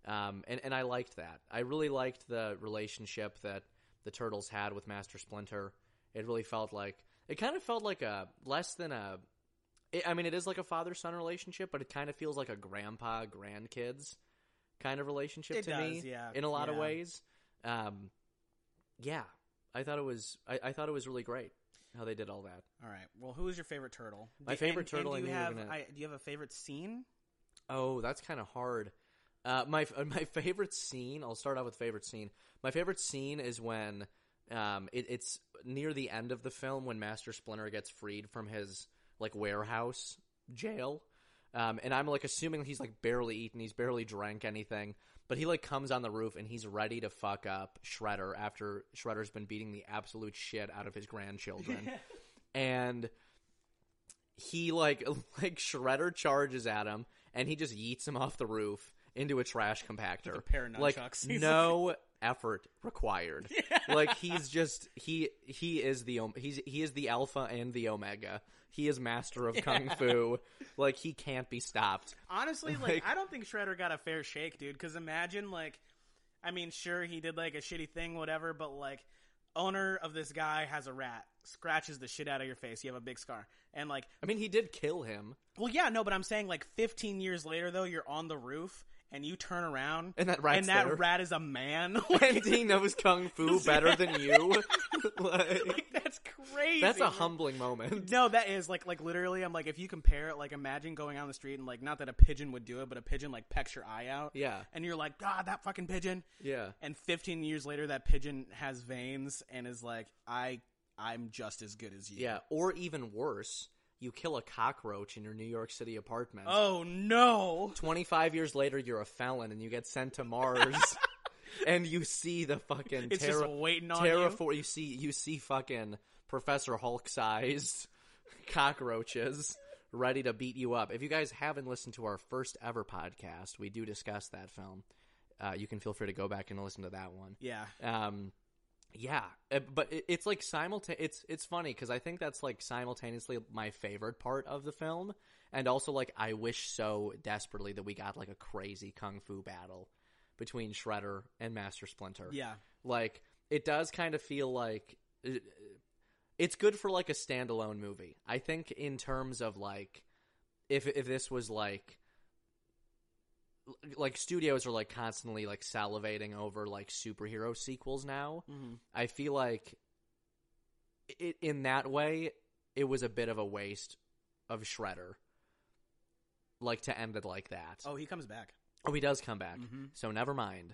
[SPEAKER 2] Um, and and I liked that. I really liked the relationship that the turtles had with Master Splinter. It really felt like it kind of felt like a less than a. It, I mean, it is like a father son relationship, but it kind of feels like a grandpa grandkids kind of relationship
[SPEAKER 3] It
[SPEAKER 2] to me.
[SPEAKER 3] does, yeah,
[SPEAKER 2] in a lot of
[SPEAKER 3] yeah.
[SPEAKER 2] ways. Um, yeah, I thought it was. I, I thought it was really great how they did all that.
[SPEAKER 3] All right. Well, who is your favorite turtle?
[SPEAKER 2] My
[SPEAKER 3] Do-
[SPEAKER 2] favorite
[SPEAKER 3] and- and
[SPEAKER 2] turtle, I
[SPEAKER 3] do
[SPEAKER 2] knew
[SPEAKER 3] you
[SPEAKER 2] you were
[SPEAKER 3] have
[SPEAKER 2] gonna-
[SPEAKER 3] I, do you have a favorite scene?
[SPEAKER 2] Oh, that's kind of hard. Uh, my uh, my favorite scene. I'll start out with favorite scene. My favorite scene is when um, it, it's near the end of the film when Master Splinter gets freed from his like warehouse jail, um, and I'm like assuming he's like barely eaten, he's barely drank anything, but he like comes on the roof and he's ready to fuck up Shredder after Shredder's been beating the absolute shit out of his grandchildren, and he like like shredder charges at him and he just yeets him off the roof into a trash compactor
[SPEAKER 3] a pair of
[SPEAKER 2] like
[SPEAKER 3] nunchucks. He's
[SPEAKER 2] no effort required like he's just he he is the om- he's he is the alpha and the omega he is master of kung fu like he can't be stopped
[SPEAKER 3] Honestly, like,
[SPEAKER 2] Like-
[SPEAKER 3] I don't think Shredder got a fair shake, dude. Because imagine like, I mean, sure he did like a shitty thing, whatever, but like, owner of this guy has a rat, scratches the shit out of your face. You have a big scar, and like,
[SPEAKER 2] i mean he did kill him
[SPEAKER 3] well, yeah, no, but I'm saying like, 15 years later though, you're on the roof and you turn around
[SPEAKER 2] And that rat's
[SPEAKER 3] and that
[SPEAKER 2] there.
[SPEAKER 3] rat is a man.
[SPEAKER 2] and he knows kung fu better than you like,
[SPEAKER 3] like, that's crazy.
[SPEAKER 2] that's a
[SPEAKER 3] man.
[SPEAKER 2] humbling moment
[SPEAKER 3] No, that is like like literally. I'm like, if you compare it, like imagine going on the street and like not that a pigeon would do it, but a pigeon like pecks your eye out.
[SPEAKER 2] Yeah.
[SPEAKER 3] and you're like, God, that fucking pigeon.
[SPEAKER 2] yeah
[SPEAKER 3] And 15 years later, that pigeon has veins and is like, I I'm just as good as you.
[SPEAKER 2] yeah or even worse you kill a cockroach in your new york city apartment
[SPEAKER 3] Oh no.
[SPEAKER 2] 25 years later you're a felon and you get sent to mars and you see the fucking
[SPEAKER 3] It's
[SPEAKER 2] terra-
[SPEAKER 3] just waiting on you.
[SPEAKER 2] terrafor- you. see you see fucking professor hulk sized cockroaches ready to beat you up if you guys haven't listened to our first ever podcast we do discuss that film uh, you can feel free to go back and listen to that one
[SPEAKER 3] Yeah.
[SPEAKER 2] um, yeah, uh, but it, it's like simultan. It's it's funny because I think that's like simultaneously my favorite part of the film, and also like I wish so desperately that we got like a crazy kung fu battle between Shredder and Master Splinter.
[SPEAKER 3] Yeah.
[SPEAKER 2] like it does kind of feel like it- it's good for like a standalone movie. I think in terms of like if if this was like like studios are like constantly like salivating over like superhero sequels now.
[SPEAKER 3] Mhm.
[SPEAKER 2] I feel like it, in that way, it was a bit of a waste of Shredder. Like to end it like that.
[SPEAKER 3] Oh, he comes back.
[SPEAKER 2] Oh, he does come back.
[SPEAKER 3] Mhm.
[SPEAKER 2] So never mind.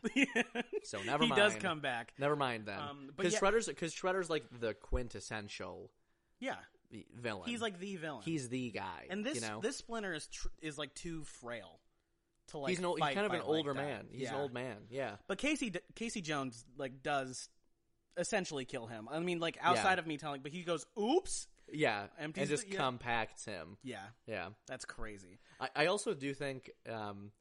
[SPEAKER 2] So never
[SPEAKER 3] he
[SPEAKER 2] mind.
[SPEAKER 3] does come back.
[SPEAKER 2] Never mind then.
[SPEAKER 3] Um, but
[SPEAKER 2] Because
[SPEAKER 3] yeah-
[SPEAKER 2] Shredder's because Shredder's like the quintessential
[SPEAKER 3] Yeah,
[SPEAKER 2] v- villain.
[SPEAKER 3] he's like the villain.
[SPEAKER 2] he's the guy.
[SPEAKER 3] and this
[SPEAKER 2] you know?
[SPEAKER 3] this Splinter is tr- is like too frail to like.
[SPEAKER 2] he's an old, he's
[SPEAKER 3] fight-
[SPEAKER 2] kind of an
[SPEAKER 3] fight like
[SPEAKER 2] older
[SPEAKER 3] that.
[SPEAKER 2] man. He's an
[SPEAKER 3] Yeah.
[SPEAKER 2] old man. Yeah.
[SPEAKER 3] But Casey d- Casey Jones like does essentially kill him. I mean, like outside of me telling, but he goes, "Oops."
[SPEAKER 2] Yeah.
[SPEAKER 3] Empties
[SPEAKER 2] and just
[SPEAKER 3] the- yeah.
[SPEAKER 2] compacts him.
[SPEAKER 3] Yeah,
[SPEAKER 2] Yeah.
[SPEAKER 3] that's crazy.
[SPEAKER 2] I, I also do think, um,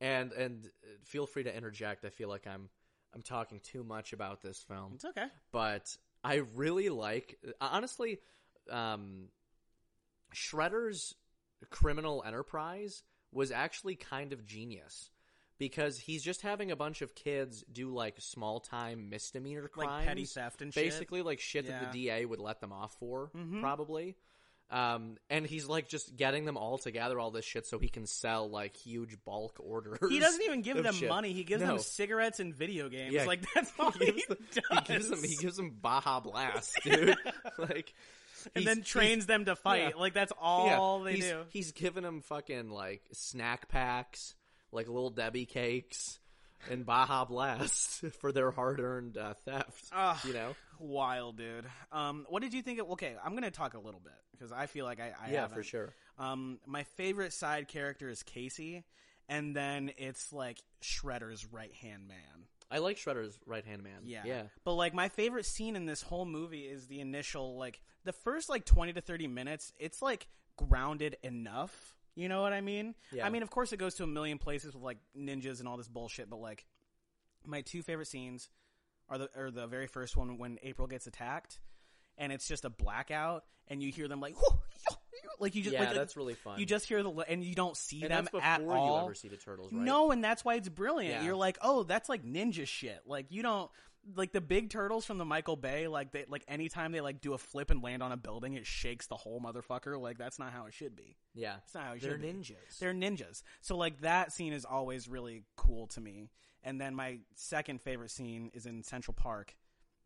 [SPEAKER 2] and and uh, feel free to interject. I feel like I'm I'm talking too much about this film,
[SPEAKER 3] It's okay.
[SPEAKER 2] but I really like honestly, um, Shredder's criminal enterprise was actually kind of genius because he's just having a bunch of kids do like small time misdemeanor
[SPEAKER 3] Like
[SPEAKER 2] crimes,
[SPEAKER 3] petty theft and shit.
[SPEAKER 2] basically like shit that
[SPEAKER 3] Yeah.
[SPEAKER 2] the DA would let them off for,
[SPEAKER 3] Mhm.
[SPEAKER 2] probably. Um, and he's like just getting them all together, all this shit, so he can sell like huge bulk orders.
[SPEAKER 3] He doesn't even give
[SPEAKER 2] of
[SPEAKER 3] them
[SPEAKER 2] shit.
[SPEAKER 3] money. He gives
[SPEAKER 2] No.
[SPEAKER 3] them cigarettes and video games.
[SPEAKER 2] Yeah.
[SPEAKER 3] Like that's all he,
[SPEAKER 2] gives them-
[SPEAKER 3] does.
[SPEAKER 2] He gives them he gives them Baja Blast, dude. like,
[SPEAKER 3] and
[SPEAKER 2] he's-
[SPEAKER 3] then trains them to fight.
[SPEAKER 2] yeah.
[SPEAKER 3] Like that's
[SPEAKER 2] he's- yeah,
[SPEAKER 3] all they
[SPEAKER 2] he's,
[SPEAKER 3] do.
[SPEAKER 2] He's giving them fucking like snack packs, like little Debbie cakes, and Baja Blast for their hard earned uh, theft.
[SPEAKER 3] Ugh.
[SPEAKER 2] you know,
[SPEAKER 3] Wild, dude. Um, what did you think? Of, okay, I'm gonna talk a little bit because I feel like I, I
[SPEAKER 2] yeah,
[SPEAKER 3] haven't.
[SPEAKER 2] for sure.
[SPEAKER 3] Um, my favorite side character is Casey, and then it's like Shredder's right hand man.
[SPEAKER 2] I like Shredder's right hand man.
[SPEAKER 3] Yeah.
[SPEAKER 2] yeah,
[SPEAKER 3] But like my favorite scene in this whole movie is the initial like the first like 20 to 30 minutes, it's like grounded enough. You know what I mean?
[SPEAKER 2] Yeah.
[SPEAKER 3] I mean, of course it goes to a million places with like ninjas and all this bullshit, but like my two favorite scenes are the are the very first one when April gets attacked and it's just a blackout and you hear them like "Whoa, yo, yo," like you just
[SPEAKER 2] yeah.
[SPEAKER 3] like,
[SPEAKER 2] that's really fun.
[SPEAKER 3] you just hear the and you don't see
[SPEAKER 2] and
[SPEAKER 3] them
[SPEAKER 2] that's before
[SPEAKER 3] at all.
[SPEAKER 2] you ever see the turtles, right?
[SPEAKER 3] No, and that's why it's brilliant.
[SPEAKER 2] Yeah.
[SPEAKER 3] You're like, oh, that's like ninja shit. Like you don't like the big turtles from the Michael Bay. Like they like anytime they like do a flip and land on a building, it shakes the whole motherfucker. Like that's not how it should be.
[SPEAKER 2] yeah,
[SPEAKER 3] That's not how it
[SPEAKER 2] they're
[SPEAKER 3] should be.
[SPEAKER 2] ninjas.
[SPEAKER 3] They're ninjas. So like that scene is always really cool to me. And then my second favorite scene is in Central Park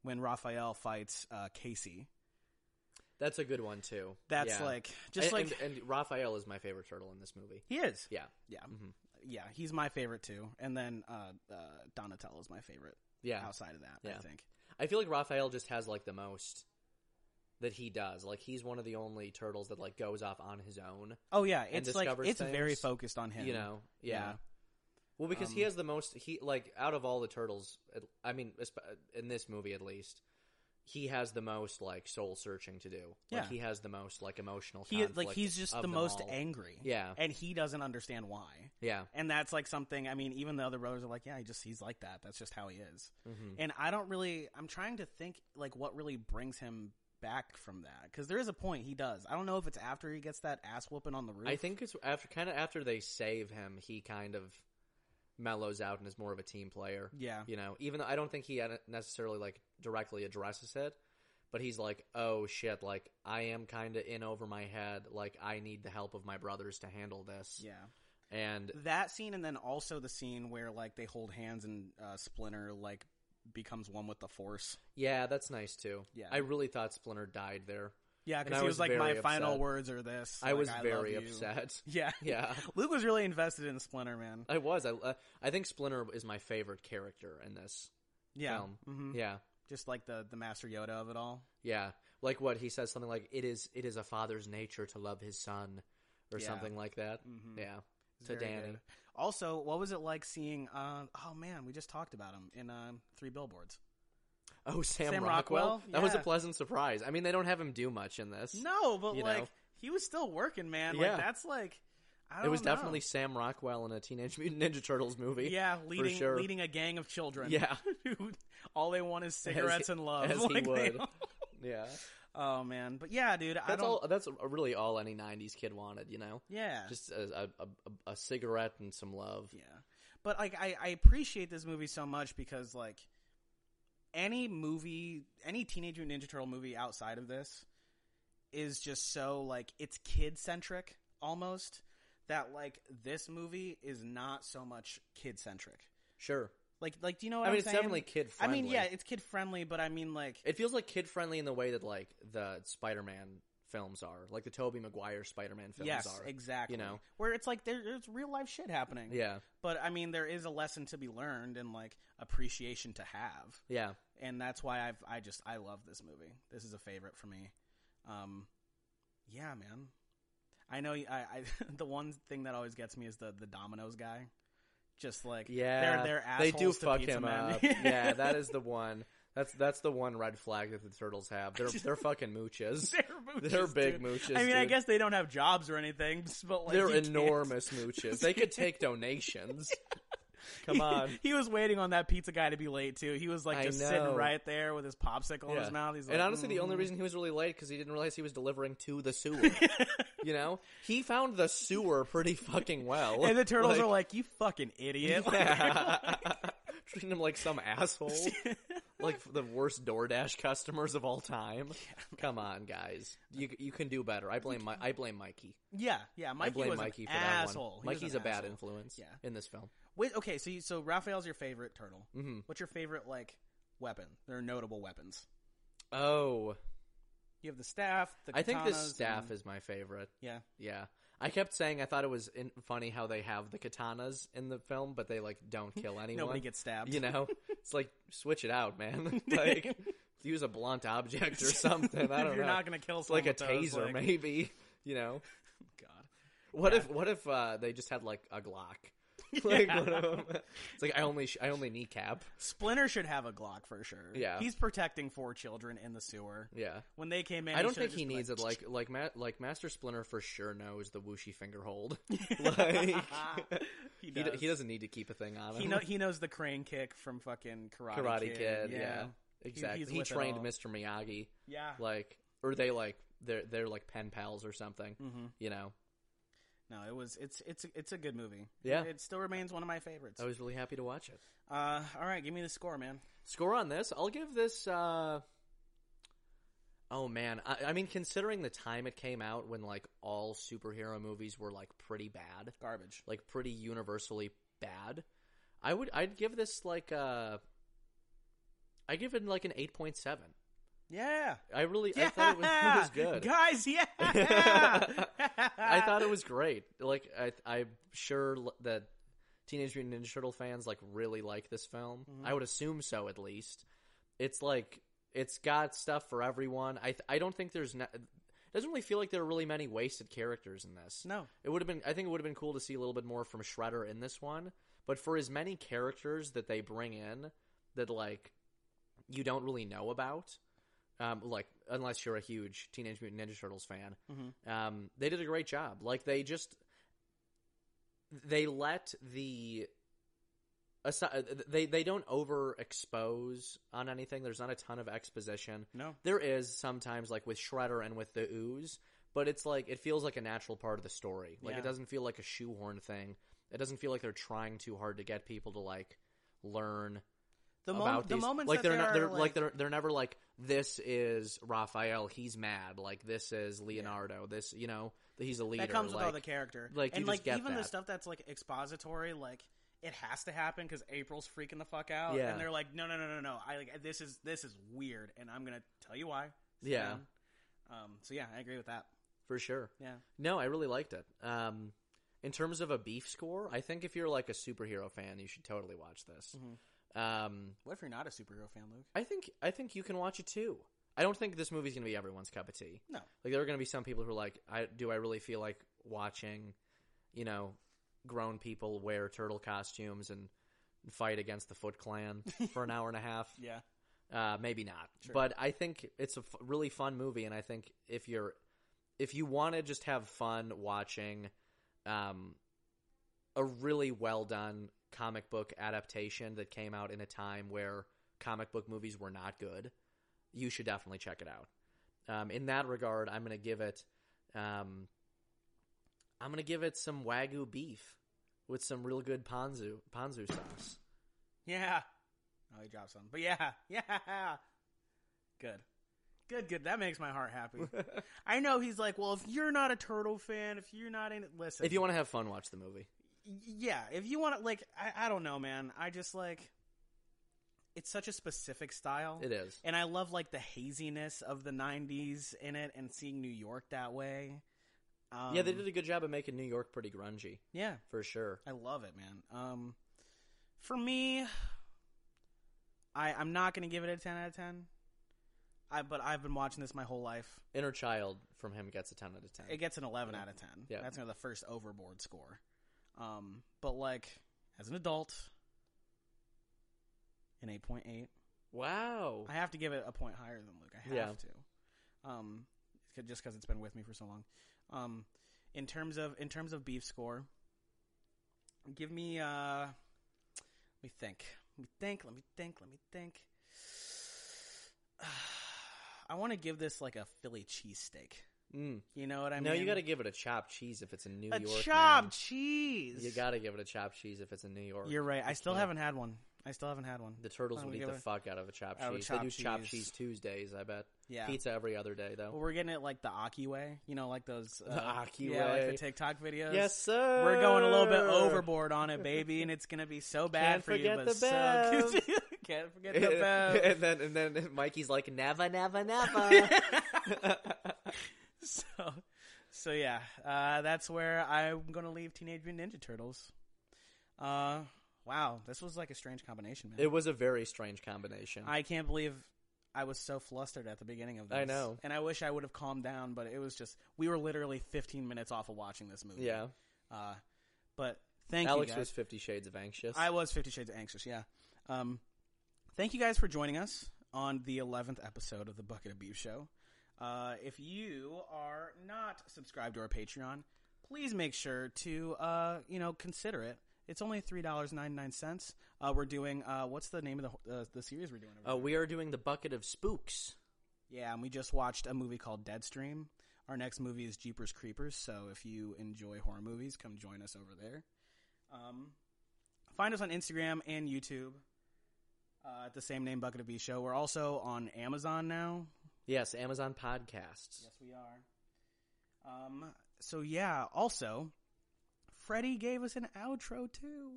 [SPEAKER 3] when Raphael fights uh, Casey.
[SPEAKER 2] That's a good one too.
[SPEAKER 3] That's
[SPEAKER 2] Yeah.
[SPEAKER 3] like just
[SPEAKER 2] And-
[SPEAKER 3] like
[SPEAKER 2] and, and Raphael is my favorite turtle in this movie.
[SPEAKER 3] he is.
[SPEAKER 2] Yeah,
[SPEAKER 3] Yeah.
[SPEAKER 2] Mhm.
[SPEAKER 3] Yeah, he's my favorite too. And then uh, uh, Donatello's my favorite
[SPEAKER 2] yeah.
[SPEAKER 3] outside of that,
[SPEAKER 2] Yeah.
[SPEAKER 3] I think.
[SPEAKER 2] I feel like Raphael just has like the most that he does. Like he's one of the only turtles that like goes off on his own.
[SPEAKER 3] Oh yeah, it's like
[SPEAKER 2] discovers
[SPEAKER 3] it's very
[SPEAKER 2] things,
[SPEAKER 3] focused on him.
[SPEAKER 2] You know, yeah.
[SPEAKER 3] Yeah.
[SPEAKER 2] Well, because he
[SPEAKER 3] Um,
[SPEAKER 2] has the most he like out of all the turtles. at- I mean, esp- uh, in this movie at least, he has the most like soul searching to do.
[SPEAKER 3] Yeah.
[SPEAKER 2] like, he has the most like emotional.
[SPEAKER 3] he like
[SPEAKER 2] conflict
[SPEAKER 3] he's just
[SPEAKER 2] of
[SPEAKER 3] the
[SPEAKER 2] them
[SPEAKER 3] most
[SPEAKER 2] all.
[SPEAKER 3] angry.
[SPEAKER 2] Yeah,
[SPEAKER 3] and he doesn't understand why.
[SPEAKER 2] yeah.
[SPEAKER 3] And that's like something. I mean, even the other brothers are like, yeah, he just he's like that. That's just how he is.
[SPEAKER 2] hmm
[SPEAKER 3] And I don't really. I'm trying to think like what really brings him back from that because there is a point he does. I don't know if it's after he gets that ass whooping on the roof.
[SPEAKER 2] I think it's after kind of after they save him, he kind of mellows out and is more of a team player.
[SPEAKER 3] Yeah.
[SPEAKER 2] You know, even though I don't think he had- necessarily like directly addresses it, but he's like, "Oh shit, like I am kind of in over my head. Like I need the help of my brothers to handle this."
[SPEAKER 3] Yeah.
[SPEAKER 2] And
[SPEAKER 3] That scene, and then also the scene where like they hold hands and uh, Splinter like becomes one with the Force.
[SPEAKER 2] yeah, that's nice too.
[SPEAKER 3] Yeah.
[SPEAKER 2] I really thought Splinter died there.
[SPEAKER 3] Yeah,
[SPEAKER 2] And
[SPEAKER 3] because
[SPEAKER 2] I
[SPEAKER 3] he was,
[SPEAKER 2] was
[SPEAKER 3] like,
[SPEAKER 2] very
[SPEAKER 3] my
[SPEAKER 2] upset.
[SPEAKER 3] final words are this.
[SPEAKER 2] I
[SPEAKER 3] Like,
[SPEAKER 2] was
[SPEAKER 3] love
[SPEAKER 2] very
[SPEAKER 3] you."
[SPEAKER 2] upset.
[SPEAKER 3] Yeah.
[SPEAKER 2] Yeah.
[SPEAKER 3] Luke was really invested in Splinter, man.
[SPEAKER 2] I was. I uh, I think Splinter is my favorite character in this
[SPEAKER 3] Yeah.
[SPEAKER 2] film.
[SPEAKER 3] hmm
[SPEAKER 2] Yeah.
[SPEAKER 3] Just like the, the Master Yoda of it all.
[SPEAKER 2] Yeah, like what he says something like it is it is a father's nature to love his son or
[SPEAKER 3] Yeah.
[SPEAKER 2] something like that.
[SPEAKER 3] Mm-hmm.
[SPEAKER 2] Yeah, to Danny.
[SPEAKER 3] Also, what was it like seeing, uh, oh man, we just talked about him in uh, Three Billboards.
[SPEAKER 2] Oh, Sam,
[SPEAKER 3] Sam
[SPEAKER 2] Rockwell.
[SPEAKER 3] Rockwell?
[SPEAKER 2] That was a
[SPEAKER 3] Yeah.
[SPEAKER 2] pleasant surprise. I mean, they don't have him do much in this.
[SPEAKER 3] No, but
[SPEAKER 2] You
[SPEAKER 3] like,
[SPEAKER 2] know.
[SPEAKER 3] he was still working, man.
[SPEAKER 2] Yeah.
[SPEAKER 3] Like, that's like, I don't
[SPEAKER 2] it was
[SPEAKER 3] know.
[SPEAKER 2] definitely Sam Rockwell in a Teenage Mutant Ninja Turtles movie.
[SPEAKER 3] Yeah, leading
[SPEAKER 2] sure.
[SPEAKER 3] leading a gang of children.
[SPEAKER 2] Yeah.
[SPEAKER 3] who all they want is cigarettes and love.
[SPEAKER 2] as he
[SPEAKER 3] like, they
[SPEAKER 2] would.
[SPEAKER 3] don't-
[SPEAKER 2] yeah.
[SPEAKER 3] Oh man, but yeah, dude, I
[SPEAKER 2] That's
[SPEAKER 3] don't.
[SPEAKER 2] all. That's really all any '90s kid wanted, you know,
[SPEAKER 3] yeah,
[SPEAKER 2] just a, a, a, a cigarette and some love.
[SPEAKER 3] Yeah. But like I, I appreciate this movie so much because like any movie any Teenage Mutant Ninja Turtle movie outside of this is just so like it's kid centric almost that like this movie is not so much kid centric.
[SPEAKER 2] Sure.
[SPEAKER 3] Like like do you know what
[SPEAKER 2] I mean,
[SPEAKER 3] am
[SPEAKER 2] it's
[SPEAKER 3] saying?
[SPEAKER 2] definitely kid
[SPEAKER 3] I
[SPEAKER 2] friendly.
[SPEAKER 3] mean yeah, it's kid friendly, but I mean like
[SPEAKER 2] It feels like kid friendly in the way that like the Spider Man films are, like the Tobey Maguire Spider-Man films
[SPEAKER 3] yes,
[SPEAKER 2] are.
[SPEAKER 3] exactly.
[SPEAKER 2] you know?
[SPEAKER 3] where it's like there, there's real life shit happening.
[SPEAKER 2] yeah,
[SPEAKER 3] But I mean, there is a lesson to be learned and like appreciation to have,
[SPEAKER 2] yeah.
[SPEAKER 3] and that's why I've I just I love this movie. This is a favorite for me. Um, yeah, man. I know. you- I, I the one thing that always gets me is the the Domino's guy. Just like
[SPEAKER 2] Yeah,
[SPEAKER 3] they're, they're
[SPEAKER 2] they
[SPEAKER 3] assholes
[SPEAKER 2] do
[SPEAKER 3] to
[SPEAKER 2] fuck
[SPEAKER 3] pizza
[SPEAKER 2] him
[SPEAKER 3] men.
[SPEAKER 2] up. yeah, that is the one. That's that's the one red flag that the turtles have. They're they're fucking mooches.
[SPEAKER 3] they're mooches,
[SPEAKER 2] They're
[SPEAKER 3] dude.
[SPEAKER 2] big mooches.
[SPEAKER 3] I mean, I
[SPEAKER 2] dude.
[SPEAKER 3] guess they don't have jobs or anything, but like
[SPEAKER 2] they're
[SPEAKER 3] you can't-
[SPEAKER 2] enormous mooches. They could take donations. Come on.
[SPEAKER 3] he was waiting on that pizza guy to be late too. He was
[SPEAKER 2] I
[SPEAKER 3] like just sitting
[SPEAKER 2] know.
[SPEAKER 3] right there with his popsicle in
[SPEAKER 2] Yeah.
[SPEAKER 3] his mouth. He's like,
[SPEAKER 2] and honestly, the only
[SPEAKER 3] "Mm."
[SPEAKER 2] reason he was really late because he didn't realize he was delivering to the sewer. you know, he found the sewer pretty fucking well.
[SPEAKER 3] and the turtles are like, "You fucking idiot!"
[SPEAKER 2] treating him like some asshole, like the worst DoorDash customers of all time. Come on, guys, you you can do better. I blame my I blame Mikey.
[SPEAKER 3] yeah, yeah.
[SPEAKER 2] I
[SPEAKER 3] Mikey
[SPEAKER 2] blame
[SPEAKER 3] was
[SPEAKER 2] Mikey
[SPEAKER 3] an
[SPEAKER 2] for that
[SPEAKER 3] asshole.
[SPEAKER 2] one.
[SPEAKER 3] He was
[SPEAKER 2] Mikey's a
[SPEAKER 3] an
[SPEAKER 2] bad
[SPEAKER 3] asshole.
[SPEAKER 2] influence.
[SPEAKER 3] Yeah.
[SPEAKER 2] in this film.
[SPEAKER 3] Wait, okay, so you, so Raphael's your favorite turtle.
[SPEAKER 2] hmm
[SPEAKER 3] What's your favorite like weapon? There are notable weapons.
[SPEAKER 2] Oh,
[SPEAKER 3] You have the staff. The
[SPEAKER 2] I think this
[SPEAKER 3] katanas,
[SPEAKER 2] staff
[SPEAKER 3] and-
[SPEAKER 2] is my favorite.
[SPEAKER 3] yeah.
[SPEAKER 2] Yeah. I kept saying I thought it was in- funny how they have the katanas in the film, but they like don't kill anyone.
[SPEAKER 3] Nobody gets stabbed.
[SPEAKER 2] you know. it's like switch it out, man. like use a blunt object or something. I
[SPEAKER 3] If
[SPEAKER 2] don't
[SPEAKER 3] You're
[SPEAKER 2] know.
[SPEAKER 3] not gonna kill
[SPEAKER 2] it's like
[SPEAKER 3] someone
[SPEAKER 2] a
[SPEAKER 3] with those,
[SPEAKER 2] taser,
[SPEAKER 3] like-
[SPEAKER 2] maybe. You know.
[SPEAKER 3] God.
[SPEAKER 2] What if what if uh, they just had like a Glock? like one of 'em- It's like I only sh- I only kneecap.
[SPEAKER 3] Splinter should have a Glock for sure.
[SPEAKER 2] Yeah.
[SPEAKER 3] he's protecting four children in the sewer.
[SPEAKER 2] Yeah.
[SPEAKER 3] When they came in,
[SPEAKER 2] I don't
[SPEAKER 3] should've
[SPEAKER 2] think he
[SPEAKER 3] just been
[SPEAKER 2] needs it. Like like Ma- like Master Splinter for sure knows the whooshy finger hold. like
[SPEAKER 3] he
[SPEAKER 2] he,
[SPEAKER 3] does.
[SPEAKER 2] d- he doesn't need to keep a thing on him.
[SPEAKER 3] He, know, he knows the crane kick from fucking Karate,
[SPEAKER 2] Karate Kid,
[SPEAKER 3] Kid.
[SPEAKER 2] yeah. Exactly.
[SPEAKER 3] he's
[SPEAKER 2] He,
[SPEAKER 3] with it
[SPEAKER 2] trained
[SPEAKER 3] all.
[SPEAKER 2] Mr. Miyagi,
[SPEAKER 3] yeah.
[SPEAKER 2] like, or they like they're they're like pen pals or something.
[SPEAKER 3] hmm
[SPEAKER 2] You know,
[SPEAKER 3] No, it was it's it's it's a good movie.
[SPEAKER 2] Yeah. Oh,
[SPEAKER 3] it, still remains one of my favorites.
[SPEAKER 2] I was really happy to watch it.
[SPEAKER 3] Uh, all right, give me the score, man.
[SPEAKER 2] Score on this, I'll give this. uh Oh man, I, I mean, considering the time it came out when like all superhero movies were like pretty bad,
[SPEAKER 3] Garbage.
[SPEAKER 2] like pretty universally bad, I would I'd give this like uh I give it like an eight point seven.
[SPEAKER 3] Yeah,
[SPEAKER 2] I really
[SPEAKER 3] yeah.
[SPEAKER 2] I thought it was, it was good.
[SPEAKER 3] guys. Yeah,
[SPEAKER 2] I thought it was great. Like I, I'm sure l- that Teenage Mutant Ninja Turtle fans like really like this film. I would assume so, at least. It's like it's got stuff for everyone. I, th- I don't think there's no, it doesn't really feel like there are really many wasted characters in this.
[SPEAKER 3] no.
[SPEAKER 2] It would have been. I think it would have been cool to see a little bit more from Shredder in this one. But for as many characters that they bring in, that like you don't really know about, um, like unless you're a huge Teenage Mutant Ninja Turtles fan,
[SPEAKER 3] Mhm.
[SPEAKER 2] um, they did a great job. Like they just they let the aside, they they don't overexpose on anything. There's not a ton of exposition.
[SPEAKER 3] No,
[SPEAKER 2] There is sometimes like with Shredder and with the ooze, but it's like it feels like a natural part of the story. Like
[SPEAKER 3] Yeah.
[SPEAKER 2] it doesn't feel like a shoehorn thing. It doesn't feel like they're trying too hard to get people to like learn
[SPEAKER 3] the,
[SPEAKER 2] about
[SPEAKER 3] mom-
[SPEAKER 2] these.
[SPEAKER 3] the moments
[SPEAKER 2] like
[SPEAKER 3] that
[SPEAKER 2] they're
[SPEAKER 3] there
[SPEAKER 2] not
[SPEAKER 3] are,
[SPEAKER 2] they're like, they're they're never like this is Raphael, he's mad. Like this is Leonardo. This you know he's a leader.
[SPEAKER 3] that comes with all
[SPEAKER 2] like-
[SPEAKER 3] the character.
[SPEAKER 2] like, you
[SPEAKER 3] and
[SPEAKER 2] just
[SPEAKER 3] like
[SPEAKER 2] get
[SPEAKER 3] even the
[SPEAKER 2] that.
[SPEAKER 3] stuff that's like expository, like it has to happen because April's freaking the fuck out,
[SPEAKER 2] Yeah.
[SPEAKER 3] and they're like, no, no, no, no, no. I like this is this is weird, and I'm gonna tell you why. Sit
[SPEAKER 2] Yeah.
[SPEAKER 3] down. Um. So yeah, I agree with that.
[SPEAKER 2] for sure.
[SPEAKER 3] Yeah.
[SPEAKER 2] No, I really liked it. Um, in terms of a beef score, I think if you're like a superhero fan, you should totally watch this.
[SPEAKER 3] Mm-hmm.
[SPEAKER 2] Um,
[SPEAKER 3] What if you're not a superhero fan, Luke?
[SPEAKER 2] I think I think you can watch it too. I don't think this movie's going to be everyone's cup of tea.
[SPEAKER 3] No.
[SPEAKER 2] Like there are going to be some people who are like, I do I really feel like watching, you know, grown people wear turtle costumes and fight against the Foot Clan for an hour and a half?
[SPEAKER 3] Yeah.
[SPEAKER 2] Uh, maybe not.
[SPEAKER 3] Sure.
[SPEAKER 2] But I think it's a f- really fun movie, and I think if you're if you want to just have fun watching um, a really well done comic book adaptation that came out in a time where comic book movies were not good, you should definitely check it out. Um, in that regard, I'm going to give it um, I'm going to give it some wagyu beef with some real good ponzu ponzu sauce.
[SPEAKER 3] Yeah. Oh, he dropped some, but yeah, yeah. Good. Good, good. That makes my heart happy. I know he's like, well, if you're not a turtle fan, if you're not in, listen.
[SPEAKER 2] If you want to have fun, watch the movie.
[SPEAKER 3] yeah, if you want to, like, I, I don't know, man. I just like it's such a specific style.
[SPEAKER 2] It is.
[SPEAKER 3] And I love like the haziness of the '90s in it, and seeing New York that way. Um,
[SPEAKER 2] yeah, they did a good job of making New York pretty grungy
[SPEAKER 3] Yeah,
[SPEAKER 2] for sure.
[SPEAKER 3] I love it, man. Um, for me, I I'm not gonna give it a ten out of ten. I but I've been watching this my whole life.
[SPEAKER 2] Inner Child from him gets a ten out of ten.
[SPEAKER 3] It gets an eleven
[SPEAKER 2] Yeah.
[SPEAKER 3] out of ten.
[SPEAKER 2] Yeah.
[SPEAKER 3] that's kind of the first overboard score. Um, but like as an adult, an eight point eight.
[SPEAKER 2] wow.
[SPEAKER 3] I have to give it a point higher than Luke. I have
[SPEAKER 2] Yeah.
[SPEAKER 3] to, um, c- just because it's been with me for so long. Um, in terms of in terms of beef score, give me. Uh, let me think. Let me think. Let me think. Let me think. I want to give this like a Philly cheesesteak.
[SPEAKER 2] Mm.
[SPEAKER 3] You know what I
[SPEAKER 2] no,
[SPEAKER 3] mean?
[SPEAKER 2] you got to give it a chopped cheese if it's in New
[SPEAKER 3] a
[SPEAKER 2] York.
[SPEAKER 3] chopped
[SPEAKER 2] man.
[SPEAKER 3] cheese.
[SPEAKER 2] You got to give it a chopped cheese if it's in New York.
[SPEAKER 3] You're right. I
[SPEAKER 2] You
[SPEAKER 3] still
[SPEAKER 2] can't-
[SPEAKER 3] haven't had one. I still haven't had one.
[SPEAKER 2] The turtles
[SPEAKER 3] I'm
[SPEAKER 2] would
[SPEAKER 3] gonna
[SPEAKER 2] eat
[SPEAKER 3] give
[SPEAKER 2] the
[SPEAKER 3] it-
[SPEAKER 2] fuck out of a chopped
[SPEAKER 3] out of a
[SPEAKER 2] cheese.
[SPEAKER 3] chopped
[SPEAKER 2] they do chopped
[SPEAKER 3] cheese.
[SPEAKER 2] cheese Tuesdays, I bet.
[SPEAKER 3] Yeah.
[SPEAKER 2] Pizza every other day
[SPEAKER 3] Well,
[SPEAKER 2] though.
[SPEAKER 3] we're getting it like the Aki way, you know, like those uh,
[SPEAKER 2] The Aki
[SPEAKER 3] yeah, like
[SPEAKER 2] way.
[SPEAKER 3] the TikTok videos.
[SPEAKER 2] Yes, sir.
[SPEAKER 3] we're going a little bit overboard on it, baby, and it's gonna be so bad
[SPEAKER 2] Can't
[SPEAKER 3] for you,
[SPEAKER 2] forget
[SPEAKER 3] but
[SPEAKER 2] the
[SPEAKER 3] so can't forget the bell.
[SPEAKER 2] and then and then Mikey's like never, never, never.
[SPEAKER 3] so, so yeah, uh, that's where I'm gonna leave Teenage Mutant Ninja Turtles. Uh, wow, this was like a strange combination, man.
[SPEAKER 2] it was a very strange combination.
[SPEAKER 3] I can't believe I was so flustered at the beginning of this.
[SPEAKER 2] I know.
[SPEAKER 3] and I wish I would have calmed down, but it was just we were literally 15 minutes off of watching this movie.
[SPEAKER 2] yeah,
[SPEAKER 3] Uh, but thank
[SPEAKER 2] Alex
[SPEAKER 3] you guys.
[SPEAKER 2] was Fifty Shades of Anxious.
[SPEAKER 3] I was Fifty Shades of Anxious. Yeah. Um, thank you guys for joining us on the eleventh episode of the Bucket of Beef Show. Uh, if you are not subscribed to our Patreon, please make sure to uh, you know consider it. It's only three dollars ninety nine cents. Uh, we're doing uh, what's the name of the uh, the series we're doing? Over
[SPEAKER 2] uh, we are doing the bucket of spooks.
[SPEAKER 3] yeah, and we just watched a movie called Deadstream. Our next movie is Jeepers Creepers, so if you enjoy horror movies, come join us over there. Um, find us on Instagram and YouTube uh, at the same name, Bucket of B Show. We're also on Amazon now.
[SPEAKER 2] Yes, Amazon podcasts.
[SPEAKER 3] Yes, we are. Um, so yeah, also, Freddie gave us an outro too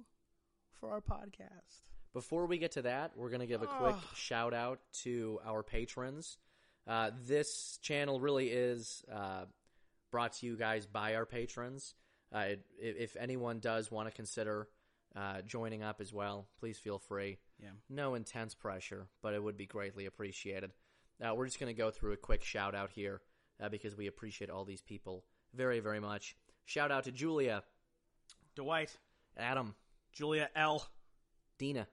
[SPEAKER 3] for our podcast.
[SPEAKER 2] Before we get to that, we're going to give a quick
[SPEAKER 3] Ah.
[SPEAKER 2] shout out to our patrons. Uh, this channel really is uh, brought to you guys by our patrons. Uh, it- if if anyone does want to consider uh, joining up as well, please feel free.
[SPEAKER 3] Yeah.
[SPEAKER 2] No intense pressure, but it would be greatly appreciated. Uh, we're just going to go through a quick shout out here uh, because we appreciate all these people very, very much. Shout out to Julia,
[SPEAKER 3] Dwight,
[SPEAKER 2] Adam,
[SPEAKER 3] Julia L,
[SPEAKER 2] Dina,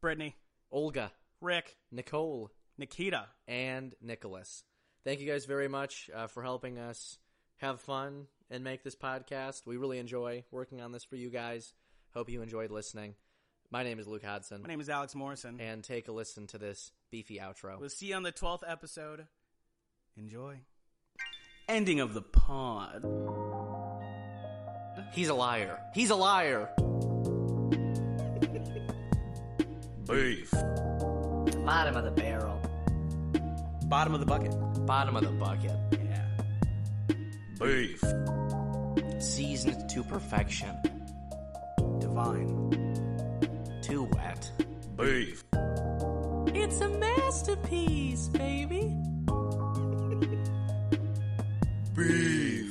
[SPEAKER 3] Brittany,
[SPEAKER 2] Olga,
[SPEAKER 3] Rick,
[SPEAKER 2] Nicole,
[SPEAKER 3] Nikita.
[SPEAKER 2] and Nicholas. Thank you guys very much uh, for helping us have fun and make this podcast. We really enjoy working on this for you guys. Hope you enjoyed listening. My name is Luke Hodson,
[SPEAKER 3] My name is Alex Morrison.
[SPEAKER 2] and take a listen to this beefy outro.
[SPEAKER 3] We'll see you on the 12th episode. Enjoy. Ending of the pod.
[SPEAKER 2] He's a liar. He's a liar.
[SPEAKER 1] Beef.
[SPEAKER 2] Bottom of the barrel.
[SPEAKER 3] Bottom of the bucket.
[SPEAKER 2] Bottom of the bucket.
[SPEAKER 3] Yeah.
[SPEAKER 1] Beef.
[SPEAKER 2] Seasoned to perfection.
[SPEAKER 3] Divine.
[SPEAKER 2] Too wet.
[SPEAKER 1] Beef.
[SPEAKER 2] It's a masterpiece, baby.
[SPEAKER 1] Beef.